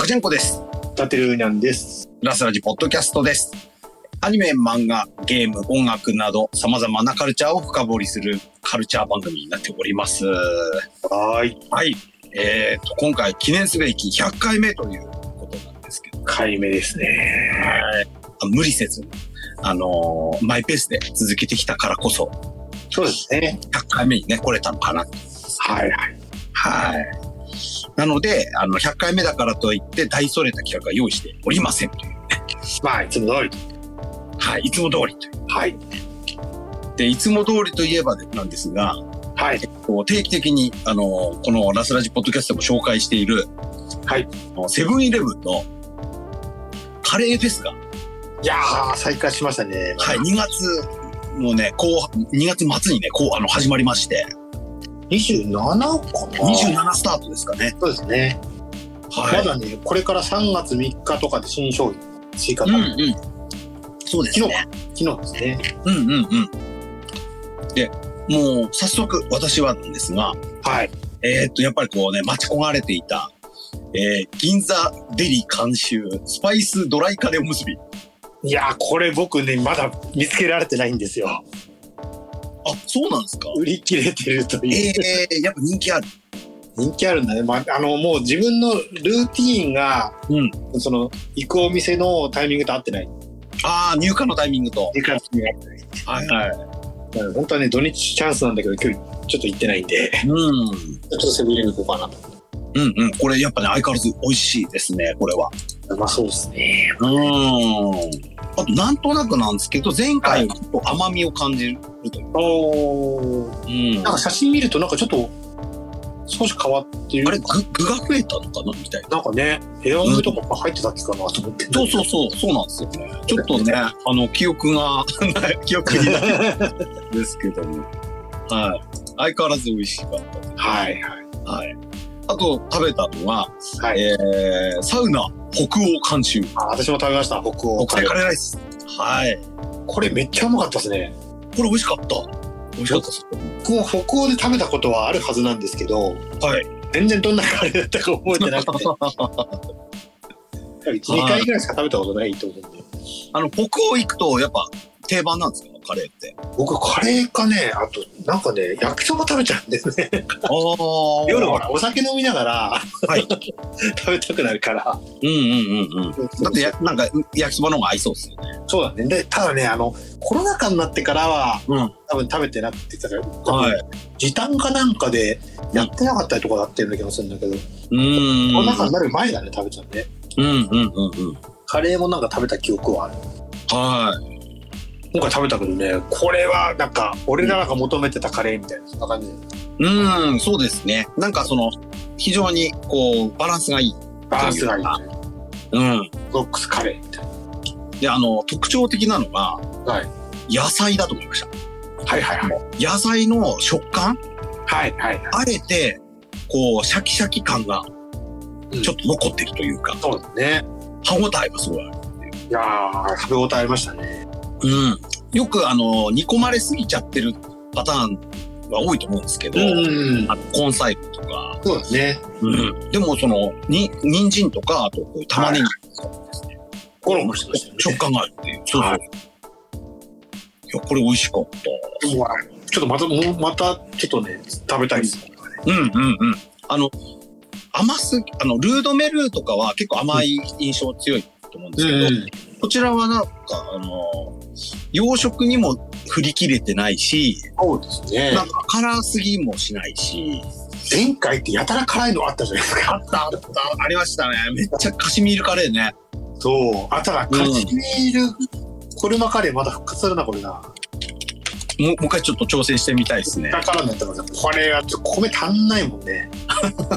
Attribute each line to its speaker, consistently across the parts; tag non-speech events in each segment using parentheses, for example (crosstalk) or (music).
Speaker 1: クジェンコです。
Speaker 2: タテルーニャンです。
Speaker 1: ラスラジポッドキャストです。アニメ、漫画、ゲーム、音楽など様々なカルチャーを深掘りするカルチャー番組になっております。は
Speaker 2: はーい。
Speaker 1: い。えー、と、今回記念すべき100回目ということなんですけど、
Speaker 2: 回目ですね。
Speaker 1: はい。無理せず、あのーマイペースで続けてきたからこそ、
Speaker 2: そうですね。
Speaker 1: 100回目にね、来れたのかな
Speaker 2: はいはい。
Speaker 1: はい。なので、あの、100回目だからといって、大それた企画は用意しておりませんという。
Speaker 2: まあ、いつも通り。
Speaker 1: はい。いつも通りという。
Speaker 2: はい。
Speaker 1: で、いつも通りといえばでなんですが、
Speaker 2: はい。
Speaker 1: こう定期的に、あの、このラスラジポッドキャストでも紹介している、
Speaker 2: はい
Speaker 1: あの。セブンイレブンのカレーフェスが、
Speaker 2: いやー、再開しましたね。
Speaker 1: はい。2月のね、後半、2月末にね、こう、あの、始まりまして、
Speaker 2: 27かな
Speaker 1: 27スタートですかね。
Speaker 2: そうですね。
Speaker 1: は
Speaker 2: ま
Speaker 1: い。
Speaker 2: だね、これから3月3日とかで新商品追加
Speaker 1: うん
Speaker 2: が、
Speaker 1: うん。そうですね。
Speaker 2: 昨日ですね。
Speaker 1: うんうんうん。で、もう早速私はなんですが、
Speaker 2: はい。
Speaker 1: えーっと、やっぱりこうね、待ち焦がれていた、えー銀座デリ監修、スパイスドライカレーおむすび。
Speaker 2: いやー、これ僕ね、まだ見つけられてないんですよ。
Speaker 1: あ、そうなんですか
Speaker 2: 売り切れてるという。
Speaker 1: ええやっぱ人気ある。
Speaker 2: 人気あるんだね。まあ、あの、もう自分のルーティーンが、その、行くお店のタイミングと合ってない。
Speaker 1: ああ、入荷のタイミングと。
Speaker 2: 行くタイミングが合ってない
Speaker 1: はいはい。
Speaker 2: うん本当はね、土日チャンスなんだけど、今日ちょっと行ってないんで、
Speaker 1: うん。
Speaker 2: ちょっとセブンイレブン行こうかなと。
Speaker 1: うんうん。これやっぱね、相変わらず美味しいですね、これは。
Speaker 2: うまそうですね。
Speaker 1: うーん。あと、なんとなくなんですけど、前回はちょっと甘みを感じるという。
Speaker 2: お
Speaker 1: うん
Speaker 2: なんか写真見ると、なんかちょっと、少し変わってる。
Speaker 1: あれ、具具が増えたのかなみたいな。
Speaker 2: なんかね、ヘアオイルとか入ってたっけかなと思って。
Speaker 1: そうそうそう、そうなんですよね。ちょっとね、あの、記憶が、 (laughs) 記憶にないんですけども。はい。相変わらず美味しかったです。
Speaker 2: はいはい。
Speaker 1: はい。あと、食べたのは、
Speaker 2: はい。
Speaker 1: えー、サウナ北欧監修。
Speaker 2: あ私も食べました、北
Speaker 1: 国
Speaker 2: 欧カ
Speaker 1: 際
Speaker 2: レ
Speaker 1: カ
Speaker 2: ー。
Speaker 1: レーライス。はい。
Speaker 2: これめっちゃうまかったですね。
Speaker 1: これ美味しかった。美味しかったです。
Speaker 2: 僕も北欧で食べたことはあるはずなんですけど、
Speaker 1: はい。
Speaker 2: 全然どんなカレーだったか覚えてな (laughs) くて、1、2回ぐらいしか食べたことないと思うんで。
Speaker 1: あの、北欧行くと、やっぱ、定番なんですかカレーって。
Speaker 2: 僕、カレーかね、あと、なんかね、焼きそば食べちゃうんですね。 (laughs)
Speaker 1: ああ
Speaker 2: 夜ほらお酒飲みながら、
Speaker 1: はい
Speaker 2: (laughs) 食べたくなるから
Speaker 1: うんうんうんうん。だってや、なんか、焼きそばの方が合いそうっすよね。
Speaker 2: そうだねでただねあのコロナ禍になってからは、
Speaker 1: うん
Speaker 2: 多分食べてなくてたから、
Speaker 1: はい
Speaker 2: 時短かなんかでやってなかったりとかだったような気がするんだけど、
Speaker 1: う
Speaker 2: コロナ禍に
Speaker 1: ん。
Speaker 2: なる前だね食べちゃうね
Speaker 1: うんうんうんうん。
Speaker 2: カレーもなんか食べた記憶はある
Speaker 1: はい。
Speaker 2: 今回食べたけどねこれはなんか俺らが求めてたカレーみたいなそんな感じで
Speaker 1: うん、そうですね。なんかその、非常にこう、バランスがいい。
Speaker 2: バランスがいい
Speaker 1: うん。
Speaker 2: ロックスカレーみたいな
Speaker 1: で、あの、特徴的なのが、
Speaker 2: は
Speaker 1: 野菜だと思いました。
Speaker 2: はいはいはい
Speaker 1: 野菜の食感
Speaker 2: はいはいはい
Speaker 1: あえて、こう、シャキシャキ感が、
Speaker 2: うん
Speaker 1: ちょっと残ってるというか、
Speaker 2: そうだね
Speaker 1: 歯応えがすごいある。
Speaker 2: いやー食べ応えありましたね
Speaker 1: うん。よく、あの、煮込まれすぎちゃってるパターンは多いと思うんですけど、
Speaker 2: ん
Speaker 1: あの根菜類とか、
Speaker 2: そうですね
Speaker 1: うん。でも、その、に、人参とか、あと、こういう玉ねぎとか、
Speaker 2: ゴロゴロしてましたよね
Speaker 1: 食感があるっていう。そうそう。
Speaker 2: はい
Speaker 1: いや、これ美味しかった。
Speaker 2: うわちょっとまたもうまたちょっとね食べたいです、
Speaker 1: うんうんうん。あの、甘すぎ、あの、ルードメルーとかは結構甘い印象強いと思うんですけど、こちらはなんか、あの、洋食にも振り切れてないし、
Speaker 2: そうですね
Speaker 1: なんか辛すぎもしないし、
Speaker 2: 前回ってやたら辛いのあったじゃないですか
Speaker 1: あったあった、ありましたね。めっちゃカシミールカレーね。
Speaker 2: そうあただカ
Speaker 1: うん
Speaker 2: シミール、コルマカレーまだ復活するなこれな
Speaker 1: もうもう一回ちょっと挑戦してみたいですね。
Speaker 2: だからになったからこれはちょっと米足んないもんね
Speaker 1: な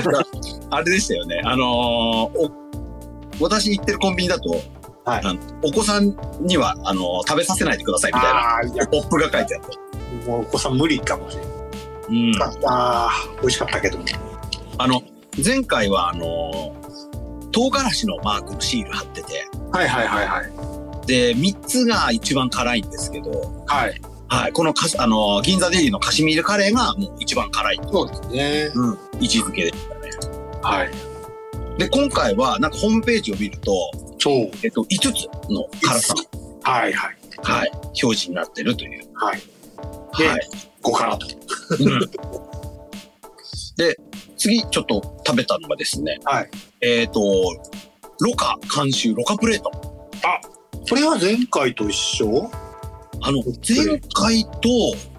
Speaker 1: んか、あれでしたよね。あのーお私行ってるコンビニだと、
Speaker 2: はい
Speaker 1: あのお子さんには、あのー食べさせないでくださいみたいな、
Speaker 2: ああいや
Speaker 1: ポップが書いてあった。
Speaker 2: もうお子さん無理かもしれない
Speaker 1: うん。
Speaker 2: あー美味しかったけども
Speaker 1: あの、前回は、あのー唐辛子のマークのシール貼ってて、
Speaker 2: はいはいはいはい
Speaker 1: で、3つが一番辛いんですけど、
Speaker 2: はい
Speaker 1: はい、このカシあのー銀座デリーのカシミールカレーがもう一番辛い、
Speaker 2: そうですね
Speaker 1: 位置づけでしたね。
Speaker 2: はい
Speaker 1: で、今回は、なんかホームページを見ると、
Speaker 2: そう。
Speaker 1: えっと、5つの辛さ、
Speaker 2: はいはい。
Speaker 1: はい、表示になってるという。
Speaker 2: はい。で
Speaker 1: はい。
Speaker 2: 5からと。
Speaker 1: で、次、ちょっと食べたのがですね、
Speaker 2: はい。
Speaker 1: えっ、と、ロカ監修、ロカプレート。
Speaker 2: これは前回と一緒
Speaker 1: あの、前回と、
Speaker 2: うん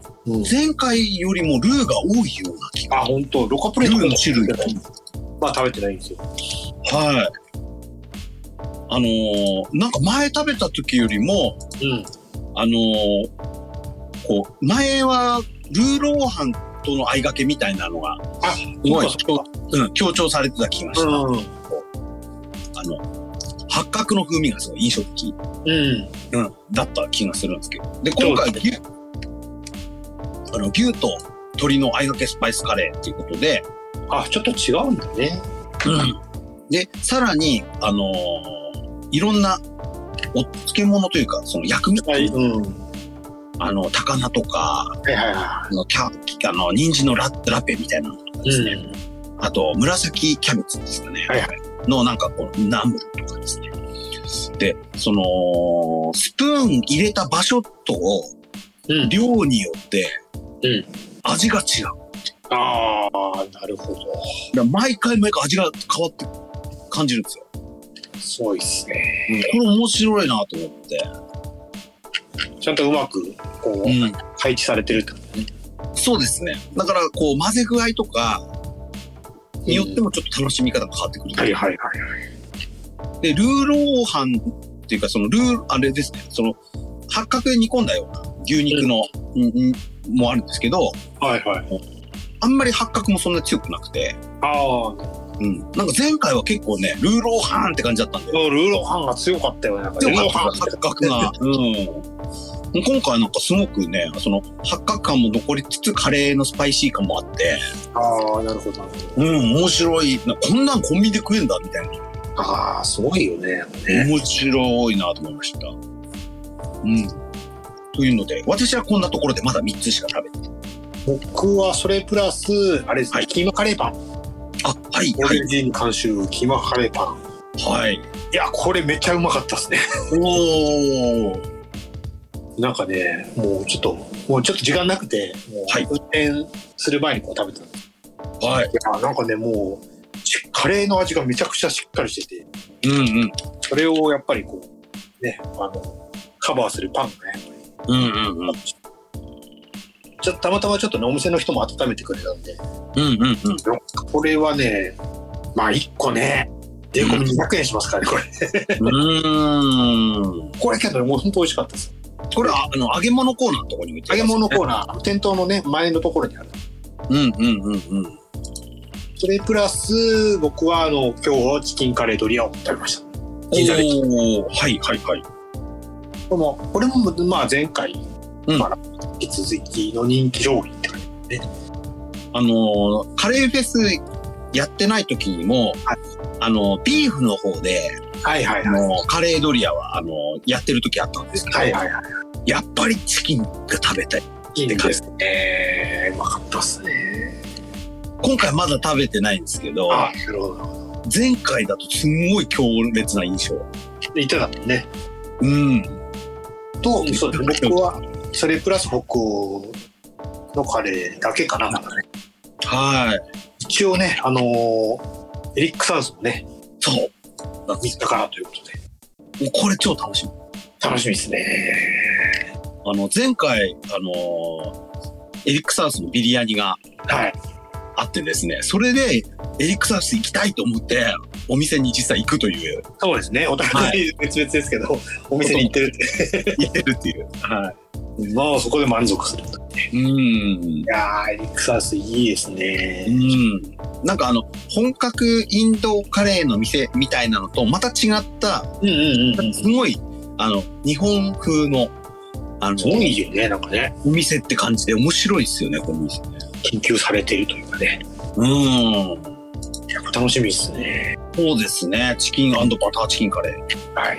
Speaker 1: 前回よりもルーが多いような気が。
Speaker 2: あ、本当ロカプレートもまあ食べてないんですよ。
Speaker 1: はい。あのーなんか前食べた時よりも、
Speaker 2: うん。
Speaker 1: あのーこう、前はルーローハンとの相掛けみたいなのが、
Speaker 2: あ、
Speaker 1: すごい
Speaker 2: そっか
Speaker 1: うん、強調されてた気がし
Speaker 2: そ
Speaker 1: た。
Speaker 2: っか。
Speaker 1: あの、八角の風味がすごい印象的、
Speaker 2: うん。うん。
Speaker 1: うん、だった気がするんですけど。で、今回、牛、あの、牛と鶏の相掛けスパイスカレーっていうことで、
Speaker 2: あ、ちょっと違うんだね。
Speaker 1: で、さらに、あのーいろんな、お漬物というか、その薬味、
Speaker 2: はい。うん。は
Speaker 1: あの、高菜とか、
Speaker 2: いはいは
Speaker 1: あの、キャ、あの、人参のララペみたいなのとかで
Speaker 2: い。
Speaker 1: す
Speaker 2: う
Speaker 1: ね。
Speaker 2: ん。
Speaker 1: あと、紫キャベツですかね。
Speaker 2: はいは
Speaker 1: の、なんかこう、ナムルとかですね。で、その、スプーン入れた場所と、
Speaker 2: うん。
Speaker 1: 量によって
Speaker 2: うん、
Speaker 1: 味が違う。だか
Speaker 2: ああ、なるほど。
Speaker 1: ら毎回毎回味が変わって感じるんですよ。
Speaker 2: すごいですね。
Speaker 1: これ面白いなと思って。
Speaker 2: ちゃんとうまく、こう、
Speaker 1: うん。
Speaker 2: 配置されてるってこ
Speaker 1: そうですね。だから、こう、混ぜ具合とか、
Speaker 2: と
Speaker 1: によってもちょっと楽しみ方が変わってくる。
Speaker 2: はいはいはい。
Speaker 1: で、ルーローハンっていうか、そのルー、あれですね、その、八角で煮込んだような牛肉の、んんもあるんですけど、
Speaker 2: はいはい。
Speaker 1: あんまり八角もそんな強くなくて、
Speaker 2: ああ、
Speaker 1: うん。なんか前回は結構ね、ルーローハンって感じだったんで、
Speaker 2: ルーローハンが強かったよね。なんか
Speaker 1: で
Speaker 2: ルー
Speaker 1: も
Speaker 2: ローハン
Speaker 1: 八角が、うん。今回なんかすごくね、その八角感も残りつつカレーのスパイシー感もあって、
Speaker 2: ああ、なるほど。なるほ
Speaker 1: うん、面白い。なこんなんコンビニで食えんだみたいな。
Speaker 2: どああ、すごいよね。
Speaker 1: 面白いなと思いました。うん。というので、私はこんなところでまだ3つしか食べてない。
Speaker 2: 僕はそれプラス、あれですね、
Speaker 1: はい
Speaker 2: キーマカレーパン。
Speaker 1: あ、はい、
Speaker 2: オ
Speaker 1: は
Speaker 2: レ
Speaker 1: い
Speaker 2: ン、ジに監修、キーマカレーパン。
Speaker 1: はい。
Speaker 2: いや、これめっちゃうまかったですね。
Speaker 1: おー。
Speaker 2: なんかね、もうちょっと、もうちょっと時間なくて、もう
Speaker 1: はい
Speaker 2: 運転する前にこう食べたんです
Speaker 1: はい。
Speaker 2: けど、いや、なんかね、もう、しカレーの味がめちゃくちゃしっかりしてて、
Speaker 1: うんうん。
Speaker 2: それをやっぱりこう、ね、あの、カバーするパンがね、
Speaker 1: うんうんうん。
Speaker 2: ちょっとたまたまちょっとね、お店の人も温めてくれたんで、
Speaker 1: うんうんうん。
Speaker 2: これはね、まあ1個ね、税込み200円しますからね、これ。
Speaker 1: うーん。
Speaker 2: これけどね、もう本当美味しかったです。
Speaker 1: これは、あの、揚げ物コーナーのところに置いて
Speaker 2: 揚
Speaker 1: あ
Speaker 2: げ
Speaker 1: ります
Speaker 2: 物コーナー、店頭のね、前のところにある。
Speaker 1: うんうんうんうん。
Speaker 2: それプラス、僕はあの、今日チキンカレードリアを食べました。銀座で
Speaker 1: おー。はいはいはい。
Speaker 2: これも、これも、まあ前回
Speaker 1: うん
Speaker 2: から引き続きの人気商品って感じ。
Speaker 1: あのー、カレーフェスやってない時にも、
Speaker 2: はい
Speaker 1: あの、ビーフの方で、
Speaker 2: はいはい
Speaker 1: あ
Speaker 2: はい。
Speaker 1: の、カレードリアは、あの、やってる時あったんですけど、
Speaker 2: はいはいはい。
Speaker 1: やっぱりチキンが食べたい。
Speaker 2: いいですね。えー、うまかったっすね。
Speaker 1: 今回まだ食べてないんですけど、
Speaker 2: あ、なるほど。
Speaker 1: 前回だとすんごい強烈な印象。
Speaker 2: 言ってたもんね。
Speaker 1: うん。
Speaker 2: と、そうですね僕は、それプラス北欧のカレーだけかな、まだね。
Speaker 1: はい。
Speaker 2: 一応ね、あのーエリック・サウスもね、
Speaker 1: そう。
Speaker 2: 見日からということで。
Speaker 1: もうこれ超楽しみ。
Speaker 2: 楽しみですね。
Speaker 1: あの、前回、あのーエリックサウスのビリヤニが
Speaker 2: はい。
Speaker 1: あってですね、それでエリックサウス行きたいと思って、お店に実際行くという、
Speaker 2: そうですね。お互い別々ですけど、お店に行ってるって。
Speaker 1: 行ってるっていう。はい。
Speaker 2: まあ、そこで満足する。い
Speaker 1: うん。
Speaker 2: やー、エリックサウスいいですね
Speaker 1: う。ん。なんかあの、本格インドカレーの店みたいなのと、また違った、
Speaker 2: うんうん
Speaker 1: すごい、あの、日本風の、あの、
Speaker 2: すごいよね、なんかね。
Speaker 1: お店って感じで面白いですよね、この店ね。
Speaker 2: 研究されているというかね。
Speaker 1: うん。
Speaker 2: いや楽しみですね。
Speaker 1: そうですね。チキンバターチキンカレー。
Speaker 2: はい。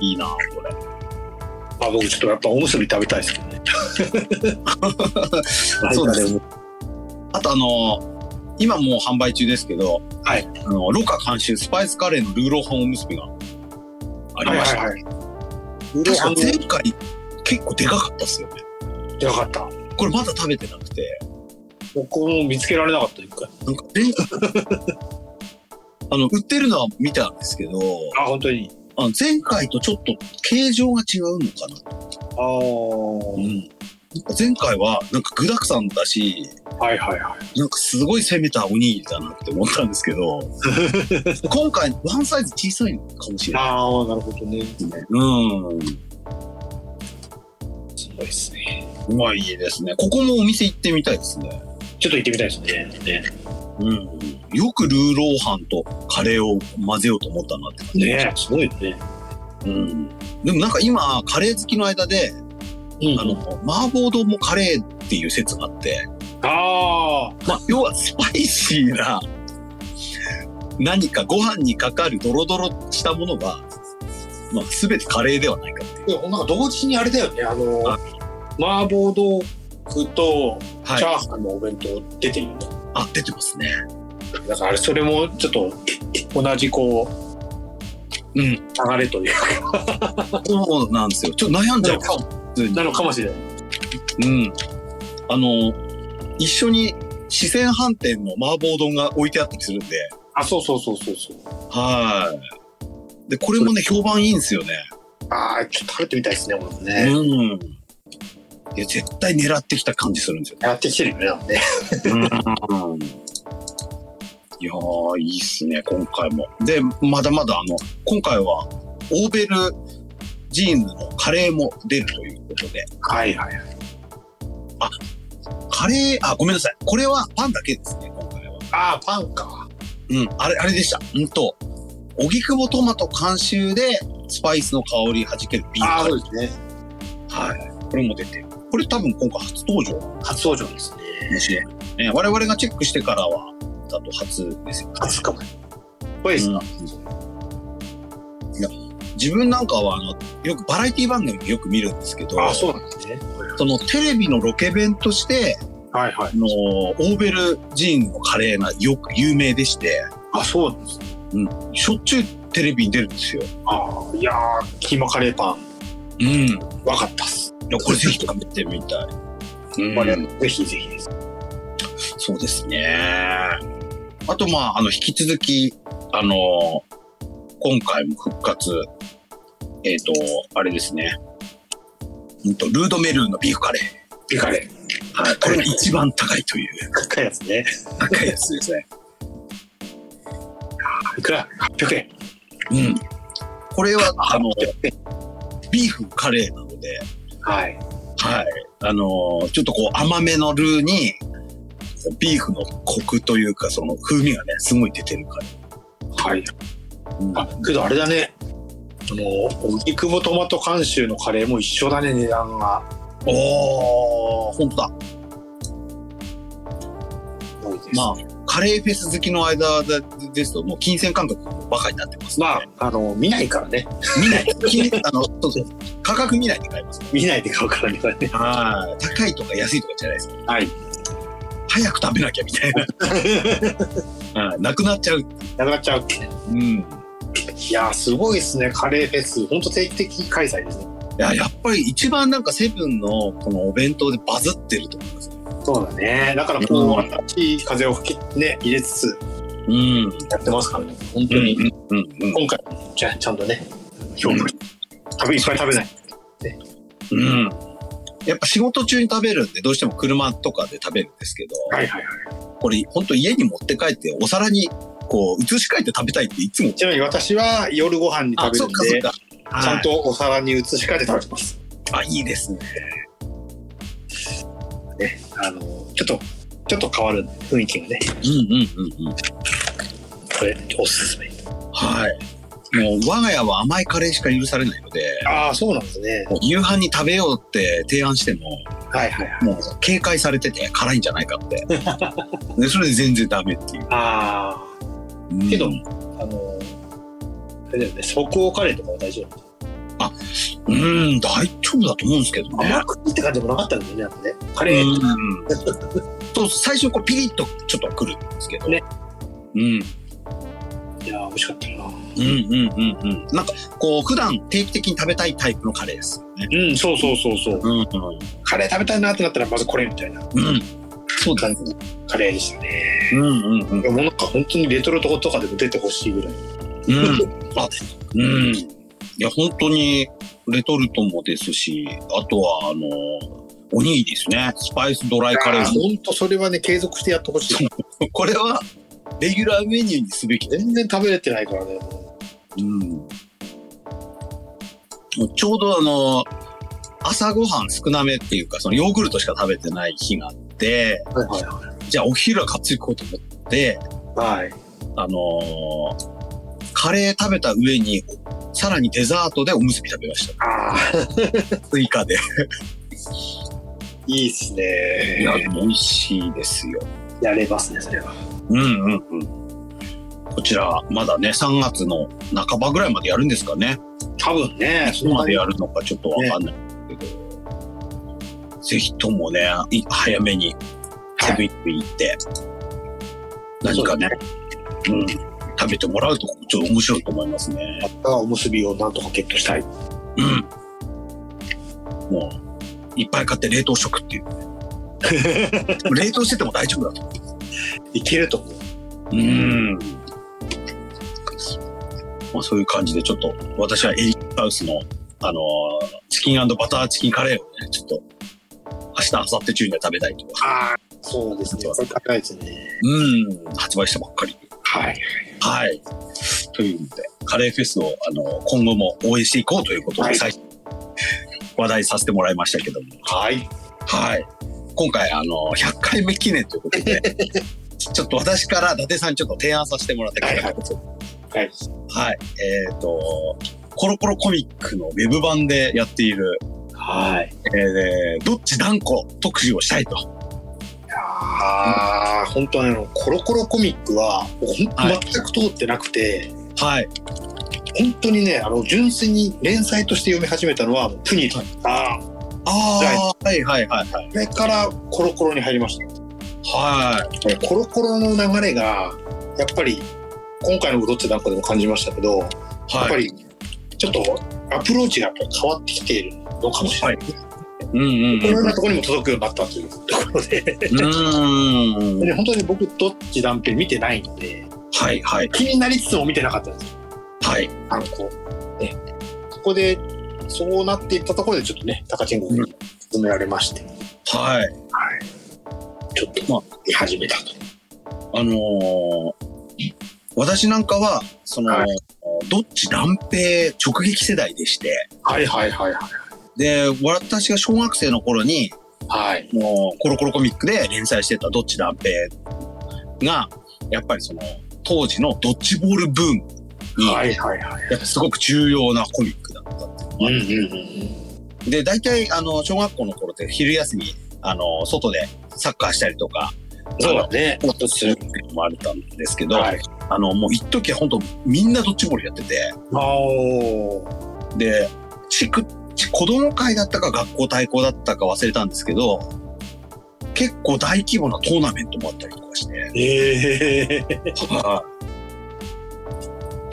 Speaker 1: いいな、これ。
Speaker 2: まあ、僕ちょっとやっぱおむすび食べたい (laughs) ですけどね。
Speaker 1: そうです
Speaker 2: ね。
Speaker 1: あとあの、今もう販売中ですけど、
Speaker 2: はい。
Speaker 1: あの、ロカ監修スパイスカレーのルーローハンおむすびがありました。
Speaker 2: はいはいはい。ウロ
Speaker 1: 確
Speaker 2: ハ
Speaker 1: か
Speaker 2: ン
Speaker 1: 前回結構でかかったっすよね。
Speaker 2: でかかった。
Speaker 1: これまだ食べてなくて、
Speaker 2: 僕も見つけられなかった、一回。
Speaker 1: なんか、
Speaker 2: (laughs)
Speaker 1: であの、売ってるのは見たんですけど、
Speaker 2: あ、本当に。
Speaker 1: あの前回とちょっと形状が違うのかな。
Speaker 2: ああ。
Speaker 1: なんか前回はなんか具沢山だし、
Speaker 2: はいはいはい。
Speaker 1: なんかすごい攻めたおにぎりだなって思ったんですけど、今回ワンサイズ小さいのかもしれない
Speaker 2: ああ、なるほどね。
Speaker 1: ですね。うん。
Speaker 2: すごいですね。
Speaker 1: うまいですね。ここもお店行ってみたいですね。
Speaker 2: ちょっと行ってみたいですね。
Speaker 1: うん。よくルーローハンとカレーを混ぜようと思ったなって感じ。
Speaker 2: ねねすごいね。
Speaker 1: うん。でもなんか今、カレー好きの間で、
Speaker 2: うん
Speaker 1: あの、麻婆丼もカレーっていう説があって、
Speaker 2: ああ、
Speaker 1: まあ、要はスパイシーな、何かご飯にかかるドロドロしたものが、まあ、すべてカレーではないかっていう。
Speaker 2: でもなんか同時にあれだよね、あの、
Speaker 1: あ
Speaker 2: 麻婆豆腐と
Speaker 1: は
Speaker 2: チャー
Speaker 1: い。
Speaker 2: ハンのお弁当出てるんだ。
Speaker 1: あ、出てますね。
Speaker 2: だからあれそれもちょっと同じこう、
Speaker 1: うん
Speaker 2: 流れというか、
Speaker 1: そうなんですよ。ちょっと悩んじゃう。普通に
Speaker 2: なのかもしれない。
Speaker 1: うん。あの、一緒に四川飯店の麻婆丼が置いてあったりするんで、
Speaker 2: あ、そうそうそうそうそう。
Speaker 1: はい。で、これもね、評判いいんですよね。
Speaker 2: ああ、ちょっと食べてみたいですね、俺も
Speaker 1: う
Speaker 2: ね。
Speaker 1: ん。いや、絶対狙ってきた感じするんですよ
Speaker 2: やってきてるよね、なんで。
Speaker 1: ね。うん。いやー、いいっすね、今回も。で、まだまだあの、今回は、オーベルジーンズのカレーも出るということで、
Speaker 2: はいはい。
Speaker 1: カレー、あ、ごめんなさい。これはパンだけですね、今回は。
Speaker 2: ああ、パンか。
Speaker 1: うん、あれ、あれでした。うんと、荻窪トマト監修で、スパイスの香り弾けるビー
Speaker 2: ああ、
Speaker 1: カレ
Speaker 2: そ
Speaker 1: ー。
Speaker 2: うですね。
Speaker 1: はい。これも出てる。これ多分今回初登場
Speaker 2: 初登場ですね。
Speaker 1: かもしれない。ね、我々がチェックしてからは、だと初ですよね。
Speaker 2: 初かも。これですか、
Speaker 1: うんいや自分なんかは、あの、よくバラエティ番組よく見るんですけど、
Speaker 2: ああ、そうなんですね。
Speaker 1: そのテレビのロケ弁として、
Speaker 2: はいはい
Speaker 1: あ。の、オーベルジーンのカレーがよく有名でして、
Speaker 2: あ、そうなんですね。
Speaker 1: しょっちゅうテレビに出るんですよ。
Speaker 2: ああ、いやー、キーマカレーパ
Speaker 1: う
Speaker 2: ン、
Speaker 1: ん。
Speaker 2: わかったっす。
Speaker 1: いや、これぜひ食べてみたい。うん
Speaker 2: まあねぜひぜひです。
Speaker 1: そうですね。あと、まあ、あの、引き続き、あの、今回も復活、えっ、と、あれですね。うんと、ルードメルーのビーフカレ
Speaker 2: ビカ
Speaker 1: ー。
Speaker 2: レ
Speaker 1: はい。これが一番高いという、
Speaker 2: ー、高いやつね。
Speaker 1: 高いや (laughs) つですね。
Speaker 2: いくら ?800
Speaker 1: う
Speaker 2: 円。
Speaker 1: ん。これは、あの、ビーフカレーなので、
Speaker 2: はい。
Speaker 1: はい。あのーちょっとこう甘めのルーに、こうビーフのコクというか、その風味がね、すごい出てるから。
Speaker 2: はい。あ、けどあれだね。あの、荻窪トマト監修のカレーも一緒だね、値段が。
Speaker 1: おー、ほんとだ。
Speaker 2: 多いです
Speaker 1: まあ、カレーフェス好きの間でですと、もう金銭感覚ばかりになってます、
Speaker 2: まあ、あの、見ないからね。
Speaker 1: (laughs) 見ない。金あの、そうそう。価格見ないで買います、ね。
Speaker 2: 見ないで買うからね。
Speaker 1: はい。高いとか安いとかじゃないです。
Speaker 2: はい。
Speaker 1: 早く食べなきゃみたいな。はい。 (laughs) なくなっちゃう。
Speaker 2: なくなっちゃうってね。
Speaker 1: うん。い
Speaker 2: いやー、すごいですね、カレーフェス。ほんと定期的開催ですね。
Speaker 1: や、やっぱり一番なんかセブンのこのお弁当でバズってると思います。
Speaker 2: そうだね。だから、こ
Speaker 1: う
Speaker 2: う、新しい風を吹き、ね、入れつつ
Speaker 1: うん。
Speaker 2: やってますからね。本当
Speaker 1: う
Speaker 2: に。
Speaker 1: んうんうん。
Speaker 2: 今回じゃあちゃんとね評
Speaker 1: うん
Speaker 2: 価食べいっぱい食べない
Speaker 1: うん。やっぱ仕事中に食べるんで、どうしても車とかで食べるんですけど、
Speaker 2: はいはいはい
Speaker 1: これ本当家に持って帰ってお皿にこう移し替えて食べたいっていつも。
Speaker 2: ちなみに私は夜ご飯に食べるんで
Speaker 1: か。
Speaker 2: ち
Speaker 1: ちゃ
Speaker 2: ゃ
Speaker 1: ん
Speaker 2: ん
Speaker 1: と。
Speaker 2: とお皿に移し替えて食べてます、
Speaker 1: あ、いいですね。
Speaker 2: あのちょっとちょっと変わる雰囲気がね
Speaker 1: うんうんうんうん。
Speaker 2: これおすすめ
Speaker 1: はい。もう我が家は甘いカレーしか許されないので、
Speaker 2: ああそうなんですね
Speaker 1: もう夕飯に食べようって提案しても、
Speaker 2: はいはいはい
Speaker 1: もう警戒されてて辛いんじゃないか
Speaker 2: (laughs)
Speaker 1: って。で、それで全然ダメっていう。
Speaker 2: あ
Speaker 1: うん
Speaker 2: けどああのあれだよね即応カレーとかは大丈夫
Speaker 1: あうーん、大丈夫だと思うんですけどね。
Speaker 2: 甘くって感じもなかったんだよね、なんかね。カレー。
Speaker 1: うん。そう、最初こうピリッとちょっとくるんですけど。
Speaker 2: ね。
Speaker 1: うん。
Speaker 2: (laughs) いやー、美味しかったな。
Speaker 1: うんうんうんうん。なんか、こう、普段定期的に食べたいタイプのカレーですよね。
Speaker 2: うん、そうそうそうそう。
Speaker 1: うんうん。
Speaker 2: カレー食べたいなってなったら、まずこれみたいな
Speaker 1: うん。そうだ
Speaker 2: 感じのカレーでしたね。
Speaker 1: うんうんうん
Speaker 2: い。やもうなんか本当にレトルトとかでも出てほしいぐらい。 (laughs)
Speaker 1: うん。あ、うん。いや、本当に、レトルトもですし、あとは、あの、おにぎりですね。スパイスドライカレー。
Speaker 2: 本当それはね、継続してやってほしい。
Speaker 1: (laughs) これは、レギュラーメニューにすべきね。
Speaker 2: 全然食べれてないからね。も
Speaker 1: うん。ちょうどあの、朝ごはん少なめっていうか、そのヨーグルトしか食べてない日があって、
Speaker 2: うはいは
Speaker 1: じゃあお昼は買っていこうと思って、
Speaker 2: い。はい。
Speaker 1: あのーカレー食べた上に、さらにデザートでおむすび食べまし
Speaker 2: ああ、
Speaker 1: た。追加で。
Speaker 2: いいっす
Speaker 1: いや、
Speaker 2: ね。
Speaker 1: 美味しいですよ。
Speaker 2: やれますね、それは。
Speaker 1: うんうんうん。こちら、まだね、3月の半ばぐらいまでやるんですかね。
Speaker 2: 多分ね、
Speaker 1: そこまでやるのかちょっとわかんないけど、ぜひともね、い早めにセブンイレブン行って、何かね、うん、食べてもらうとちょっと面白いと思いますね。
Speaker 2: あおむすびをなんとかゲットしたい。
Speaker 1: うん。もう、いっぱい買って冷凍食っていう。冷凍してても大丈夫だと。
Speaker 2: いけると思う。
Speaker 1: うん。まあそういう感じで、ちょっと私はエリックハウスの、あのーチキンバターチキンカレーをね、ちょっと、明日、明後日中には食べたいと。
Speaker 2: ああ、そうですね。これ高いですね。
Speaker 1: うん、発売したばっかり。
Speaker 2: はい。
Speaker 1: はい。というので、カレーフェスを、あのー今後も応援していこうということ
Speaker 2: は
Speaker 1: で、
Speaker 2: い
Speaker 1: 最初話題させてもらいましたけども。
Speaker 2: はい。
Speaker 1: はい。今回、あの、100回目記念ということ
Speaker 2: (laughs)
Speaker 1: で、ちょっと私から伊達さんにちょっと提案させてもらって
Speaker 2: はいはい
Speaker 1: は
Speaker 2: はい。
Speaker 1: はい。えっ、と、コロコロコミックのウェブ版でやっている、
Speaker 2: はい。
Speaker 1: えーどっち断固特集をしたいと。
Speaker 2: ああ、本当にあの、コロコロコミックは、ほん
Speaker 1: はい
Speaker 2: 全く通ってなくて、
Speaker 1: はい。
Speaker 2: 本当にね、あの、純粋に連載として読み始めたのは、プニー
Speaker 1: はい
Speaker 2: ああ、
Speaker 1: ああ、はいはいはいはい。
Speaker 2: それからコロコロに入りました。
Speaker 1: はい。
Speaker 2: コロコロの流れが、やっぱり、今回の「どっちだんこ」でも感じましたけど、やっぱ
Speaker 1: はい。
Speaker 2: り、ちょっとアプローチがやっぱり変わってきているのかもしれない。
Speaker 1: うんうん
Speaker 2: いろん
Speaker 1: うん。う
Speaker 2: なところにも届くようになったというところで、
Speaker 1: ーん。
Speaker 2: で本当に僕、どっち断片見てないので、
Speaker 1: はいはい。
Speaker 2: 気になりつつも見てなかったんですよ。
Speaker 1: はい。
Speaker 2: あの、こう、ね。そこで、そうなっていったところで、ちょっとね、高千穂に進められまして、
Speaker 1: はい。
Speaker 2: ちょっと、まあ、見始めたと。
Speaker 1: あのー私なんかは、その、
Speaker 2: はい
Speaker 1: どっち断平直撃世代でして、
Speaker 2: はいはいはいはい。
Speaker 1: で、私が小学生の頃に、
Speaker 2: はい。
Speaker 1: もう、コロコロコミックで連載してたどっち断平が、やっぱりその、当時のドッジボールブームに、
Speaker 2: はいはいはい。
Speaker 1: やっぱすごく重要なコミックだったっていうのがあっ
Speaker 2: う
Speaker 1: て
Speaker 2: んうんうん。
Speaker 1: で、大体、あの、小学校の頃って昼休み、あの、外でサッカーしたりとか、
Speaker 2: そうだね。
Speaker 1: あの、どっちするっていうのもあったんですけど、
Speaker 2: はい。
Speaker 1: あの、もう一時は本当みんなドッジボールやってて、
Speaker 2: ああ。
Speaker 1: で、地区、ち子供会だったか学校対抗だったか忘れたんですけど、結構大規模なトーナメントもあったりとかして、
Speaker 2: ええ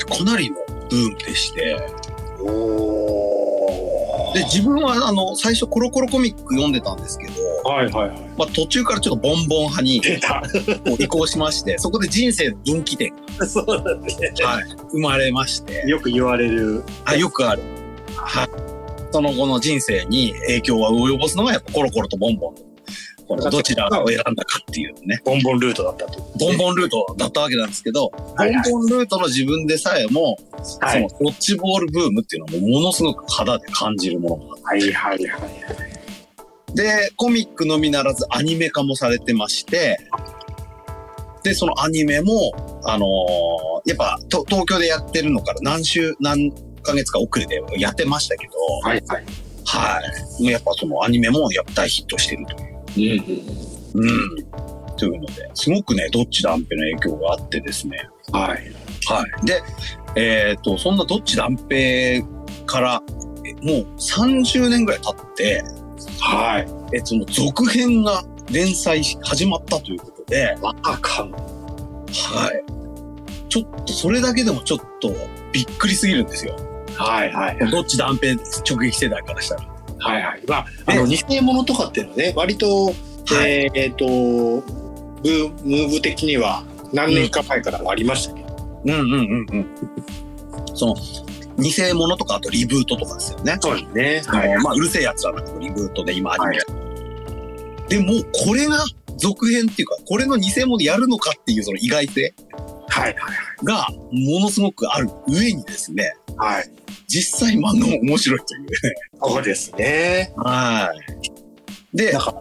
Speaker 1: かなりのブームでして、
Speaker 2: お
Speaker 1: で、自分はあの、最初コロコロコミック読んでたんですけど、
Speaker 2: はいはいはい。
Speaker 1: まあ途中からちょっとボンボン派に
Speaker 2: 出た。 (laughs)
Speaker 1: こう移行しまして、 (laughs) そこで人生の分岐点
Speaker 2: そうだね。
Speaker 1: が、はい、生まれまして、
Speaker 2: よく言われる。
Speaker 1: あ、よくある。はい。その後の人生に影響を及ぼすのがやっぱコロコロとボンボンの、このどちらを選んだかっていうね。
Speaker 2: ボンボンルートだったと。
Speaker 1: ボンボンルートだったわけなんですけど、
Speaker 2: はいはい
Speaker 1: ボンボンルートの自分でさえも、
Speaker 2: はい
Speaker 1: そのドッジボールブームっていうのはもうものすごく肌で感じるものがあっ
Speaker 2: はいはいはい。
Speaker 1: てで、コミックのみならずアニメ化もされてまして、で、そのアニメも、あのーやっぱと東京でやってるのから何週、何ヶ月か遅れでやってましたけど、
Speaker 2: はいはい。
Speaker 1: はい。もうやっぱそのアニメもやっぱ大ヒットしてるという。
Speaker 2: うん
Speaker 1: うん。というので、すごくね、どっちだんぺの影響があってですね、
Speaker 2: うん。はい。
Speaker 1: はい。で、えっ、と、そんなどっち断平から、えもう30年ぐらい経って、
Speaker 2: はい。
Speaker 1: えっと、その続編が連載し始まったということで、
Speaker 2: まあ、かも。
Speaker 1: はい。ちょっと、それだけでもちょっとびっくりすぎるんですよ。
Speaker 2: はいはい。
Speaker 1: どっち断片直撃世代からしたら。
Speaker 2: はいはい。まあ、あの、偽物とかっていうのはね、割と、
Speaker 1: はい
Speaker 2: えーえっ、と、ブームーブ的には何年か前からありましたけど、
Speaker 1: うんうんうんうん。その、偽物とか、あとリブートとかですよね。
Speaker 2: そうですね。
Speaker 1: は
Speaker 2: はいい。
Speaker 1: まあ、うるせえやつらなんかもリブートで今アニメ、でも、これが続編っていうか、これの偽物やるのかっていうその意外性
Speaker 2: はい
Speaker 1: がものすごくある上にですね、
Speaker 2: はい。はい。
Speaker 1: 実際漫画も面白いという。
Speaker 2: そうですね。
Speaker 1: はい。で、
Speaker 2: なん
Speaker 1: た
Speaker 2: か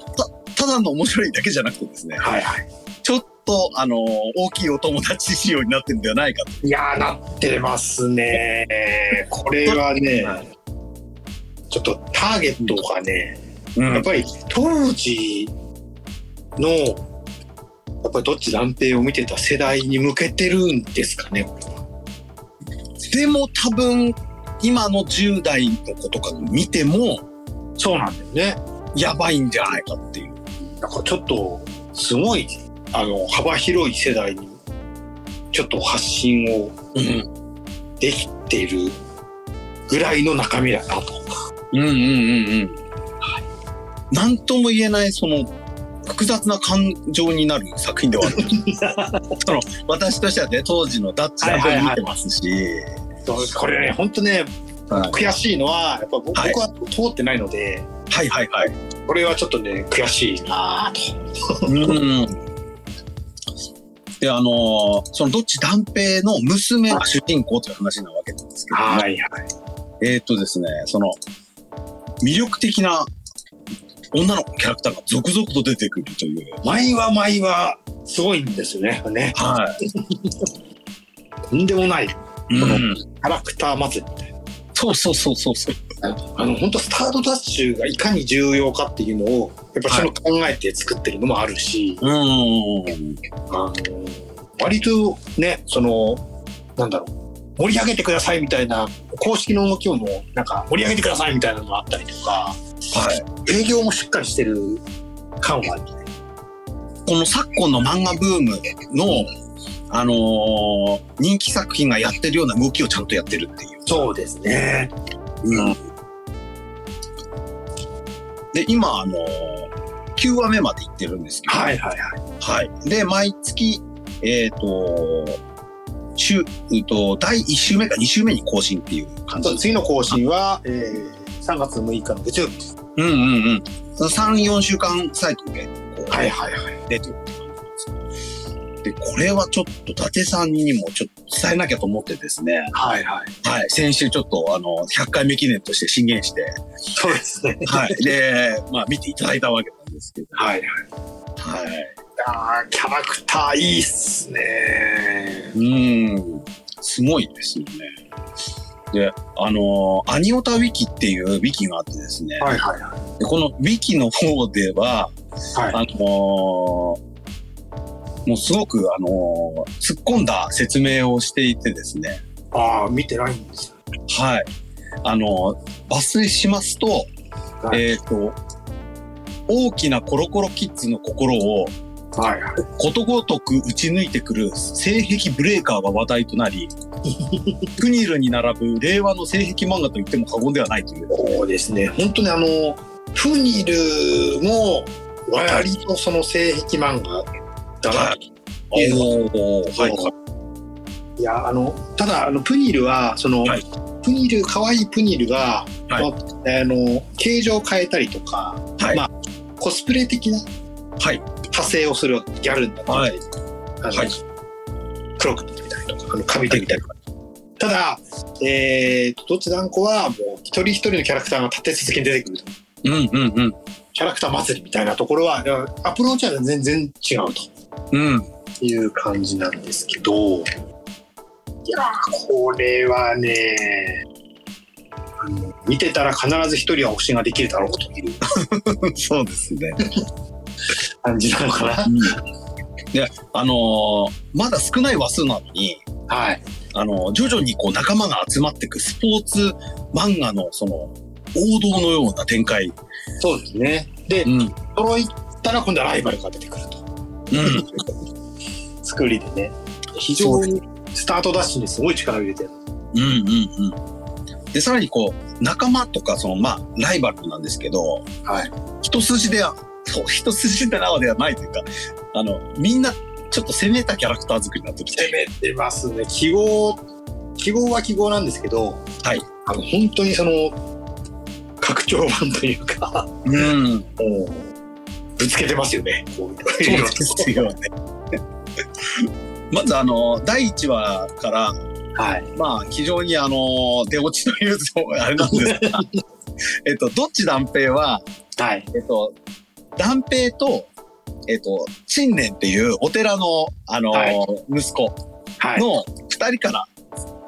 Speaker 1: ただの面白いだけじゃなくてですね、
Speaker 2: はいはい。
Speaker 1: ちょっと、あのー大きいお友達仕様になってるんではないかと。
Speaker 2: いやー、なってますね。これはね、ちょっとターゲットがね、
Speaker 1: う
Speaker 2: やっ
Speaker 1: ん。
Speaker 2: ぱり当時の、やっぱりどっち断平を見てた世代に向けてるんですかね、これは。
Speaker 1: でも多分、今の10代の子とか見ても、
Speaker 2: そうなんだよね。
Speaker 1: やばいんじゃないかっていう。
Speaker 2: なんかちょっとすごいあの幅広い世代にちょっと発信を
Speaker 1: うん。
Speaker 2: できているぐらいの中身だなと。
Speaker 1: うんうんうんうん。なんとも言えない、その、複雑な感情になる作品ではある。 (laughs) その、私としてはね、当時のダッチさんも見てますし、
Speaker 2: これね本当ね
Speaker 1: はい
Speaker 2: 悔しいのはやっぱ僕,、
Speaker 1: はい
Speaker 2: 僕は通ってないので
Speaker 1: はいはいはい。
Speaker 2: これはちょっとね悔しいなと。
Speaker 1: うん。で、あのーそのどっち断平の娘が主人公という話なわけなんですけど、
Speaker 2: はいはい
Speaker 1: えっ、とですね、その、魅力的な女の子キャラクターが続々と出てくるという。
Speaker 2: 毎は毎はすごいんですよね。ね
Speaker 1: は
Speaker 2: とんでもないキ
Speaker 1: い。う
Speaker 2: うん
Speaker 1: ん。
Speaker 2: ャラクター祭り。
Speaker 1: そうそうそうそうそう。
Speaker 2: あの本当スタートダッシュがいかに重要かっていうのをやっぱその考えて作ってるのもあるし、
Speaker 1: うん。
Speaker 2: あの割とねそのなんだろう盛り上げてくださいみたいな公式の動きをもうなんか盛り上げてくださいみたいなのがあったりとか
Speaker 1: はい。
Speaker 2: 営業もしっかりしてる感はある
Speaker 1: この昨今の漫画ブームの、あのー人気作品がやってるような動きをちゃんとやってるっていう。
Speaker 2: そうですね
Speaker 1: うんで、今、あの9話目まで行ってるんですけど、
Speaker 2: はいはいはい
Speaker 1: はいで、毎月、えっ、と、週、うんと、第1週目か2週目に更新っていう
Speaker 2: あ
Speaker 1: 感じ
Speaker 2: と
Speaker 1: です。
Speaker 2: 次の更新は、えー3月6日の月曜日
Speaker 1: うんうんうん。3、4週間サイクルで、こう、
Speaker 2: はいはいはい
Speaker 1: 出てるって感じなんですけどで、これはちょっと、伊達さんにもちょっと伝えなきゃと思ってですね、
Speaker 2: はいはい
Speaker 1: はい、先週ちょっと、あの、100回目記念として進言して、
Speaker 2: そうですね
Speaker 1: はい。で、まあ見ていただいたわけなんですけど。
Speaker 2: はいはい
Speaker 1: はい。
Speaker 2: あーキャラクターいいっすね
Speaker 1: うん。すごいですよね。で、あのーアニオタウィキっていうウィキがあってですね、
Speaker 2: はいはいはい
Speaker 1: でこのウィキの方では、
Speaker 2: はい
Speaker 1: あのーもうすごく、あのー突っ込んだ説明をしていてですね、
Speaker 2: ああ見てないんですよ
Speaker 1: はい。あのー抜粋しますと、
Speaker 2: はい
Speaker 1: えっ、と、大きなコロコロキッズの心を
Speaker 2: はいはい
Speaker 1: ことごとく打ち抜いてくる性癖ブレーカーが話題となり、クニルに並ぶ令和の性癖漫画と言っても過言ではないという。
Speaker 2: そうですね本当にあのフニルも割とその性癖漫画だな、
Speaker 1: はい
Speaker 2: おー
Speaker 1: はいはい。
Speaker 2: い、やあのただあのプニルはその、
Speaker 1: はい
Speaker 2: プニル可愛いプニルが、
Speaker 1: はい
Speaker 2: まああの形状を変えたりとか、
Speaker 1: はい
Speaker 2: まあ、コスプレ的な
Speaker 1: はい
Speaker 2: 派生をするギャルになって、
Speaker 1: はい
Speaker 2: あの
Speaker 1: はい
Speaker 2: 黒くなってみたりとかあの髪でみたりとか、ただ、えーとどっち断固はもう一人一人のキャラクターが立て続けに出てくる
Speaker 1: うんうんうん。
Speaker 2: キャラクター祭りみたいなところはうんアプローチは全然違う
Speaker 1: うん。
Speaker 2: という感じなんですけどいやーこれはねあの見てたら必ず一人は推しができるだろうという
Speaker 1: (laughs) そうですね。
Speaker 2: 感じなのかな
Speaker 1: で、あのーまだ少ない話数なのに、
Speaker 2: はい
Speaker 1: あのー徐々にこう仲間が集まってくスポーツ漫画のその王道のような展開。
Speaker 2: そうですね。で、
Speaker 1: うん。う
Speaker 2: 揃いったら今度はライバルが出てくると。
Speaker 1: ん。
Speaker 2: (laughs) 作りでね。非常にスタートダッシュにすごい力を入れてる。
Speaker 1: うんうんうん。で、さらにこう、仲間とか、その、まあ、ライバルなんですけど、
Speaker 2: はい。
Speaker 1: 一筋では、そう、一筋で縄ではないというか、あの、みんな、ちょっと攻めたキャラクター作りになってき
Speaker 2: 攻
Speaker 1: て。
Speaker 2: めてますね。記号、記号は記号なんですけど、
Speaker 1: はい。
Speaker 2: あの、本当にその、拡張版というか、
Speaker 1: うん。
Speaker 2: もうぶつけてますよね。こう
Speaker 1: そう
Speaker 2: い
Speaker 1: な
Speaker 2: うん
Speaker 1: ですよね。 (laughs) まず、あの、第1話から、
Speaker 2: はい。
Speaker 1: まあ、非常にあの、出落ちというと、あれなんです
Speaker 2: (laughs)
Speaker 1: が、えっと、どっち断平は、
Speaker 2: はい。
Speaker 1: えっと、断平と、えっと、陳年っていうお寺の、あの、
Speaker 2: はい
Speaker 1: 息子
Speaker 2: はい。
Speaker 1: の二人から、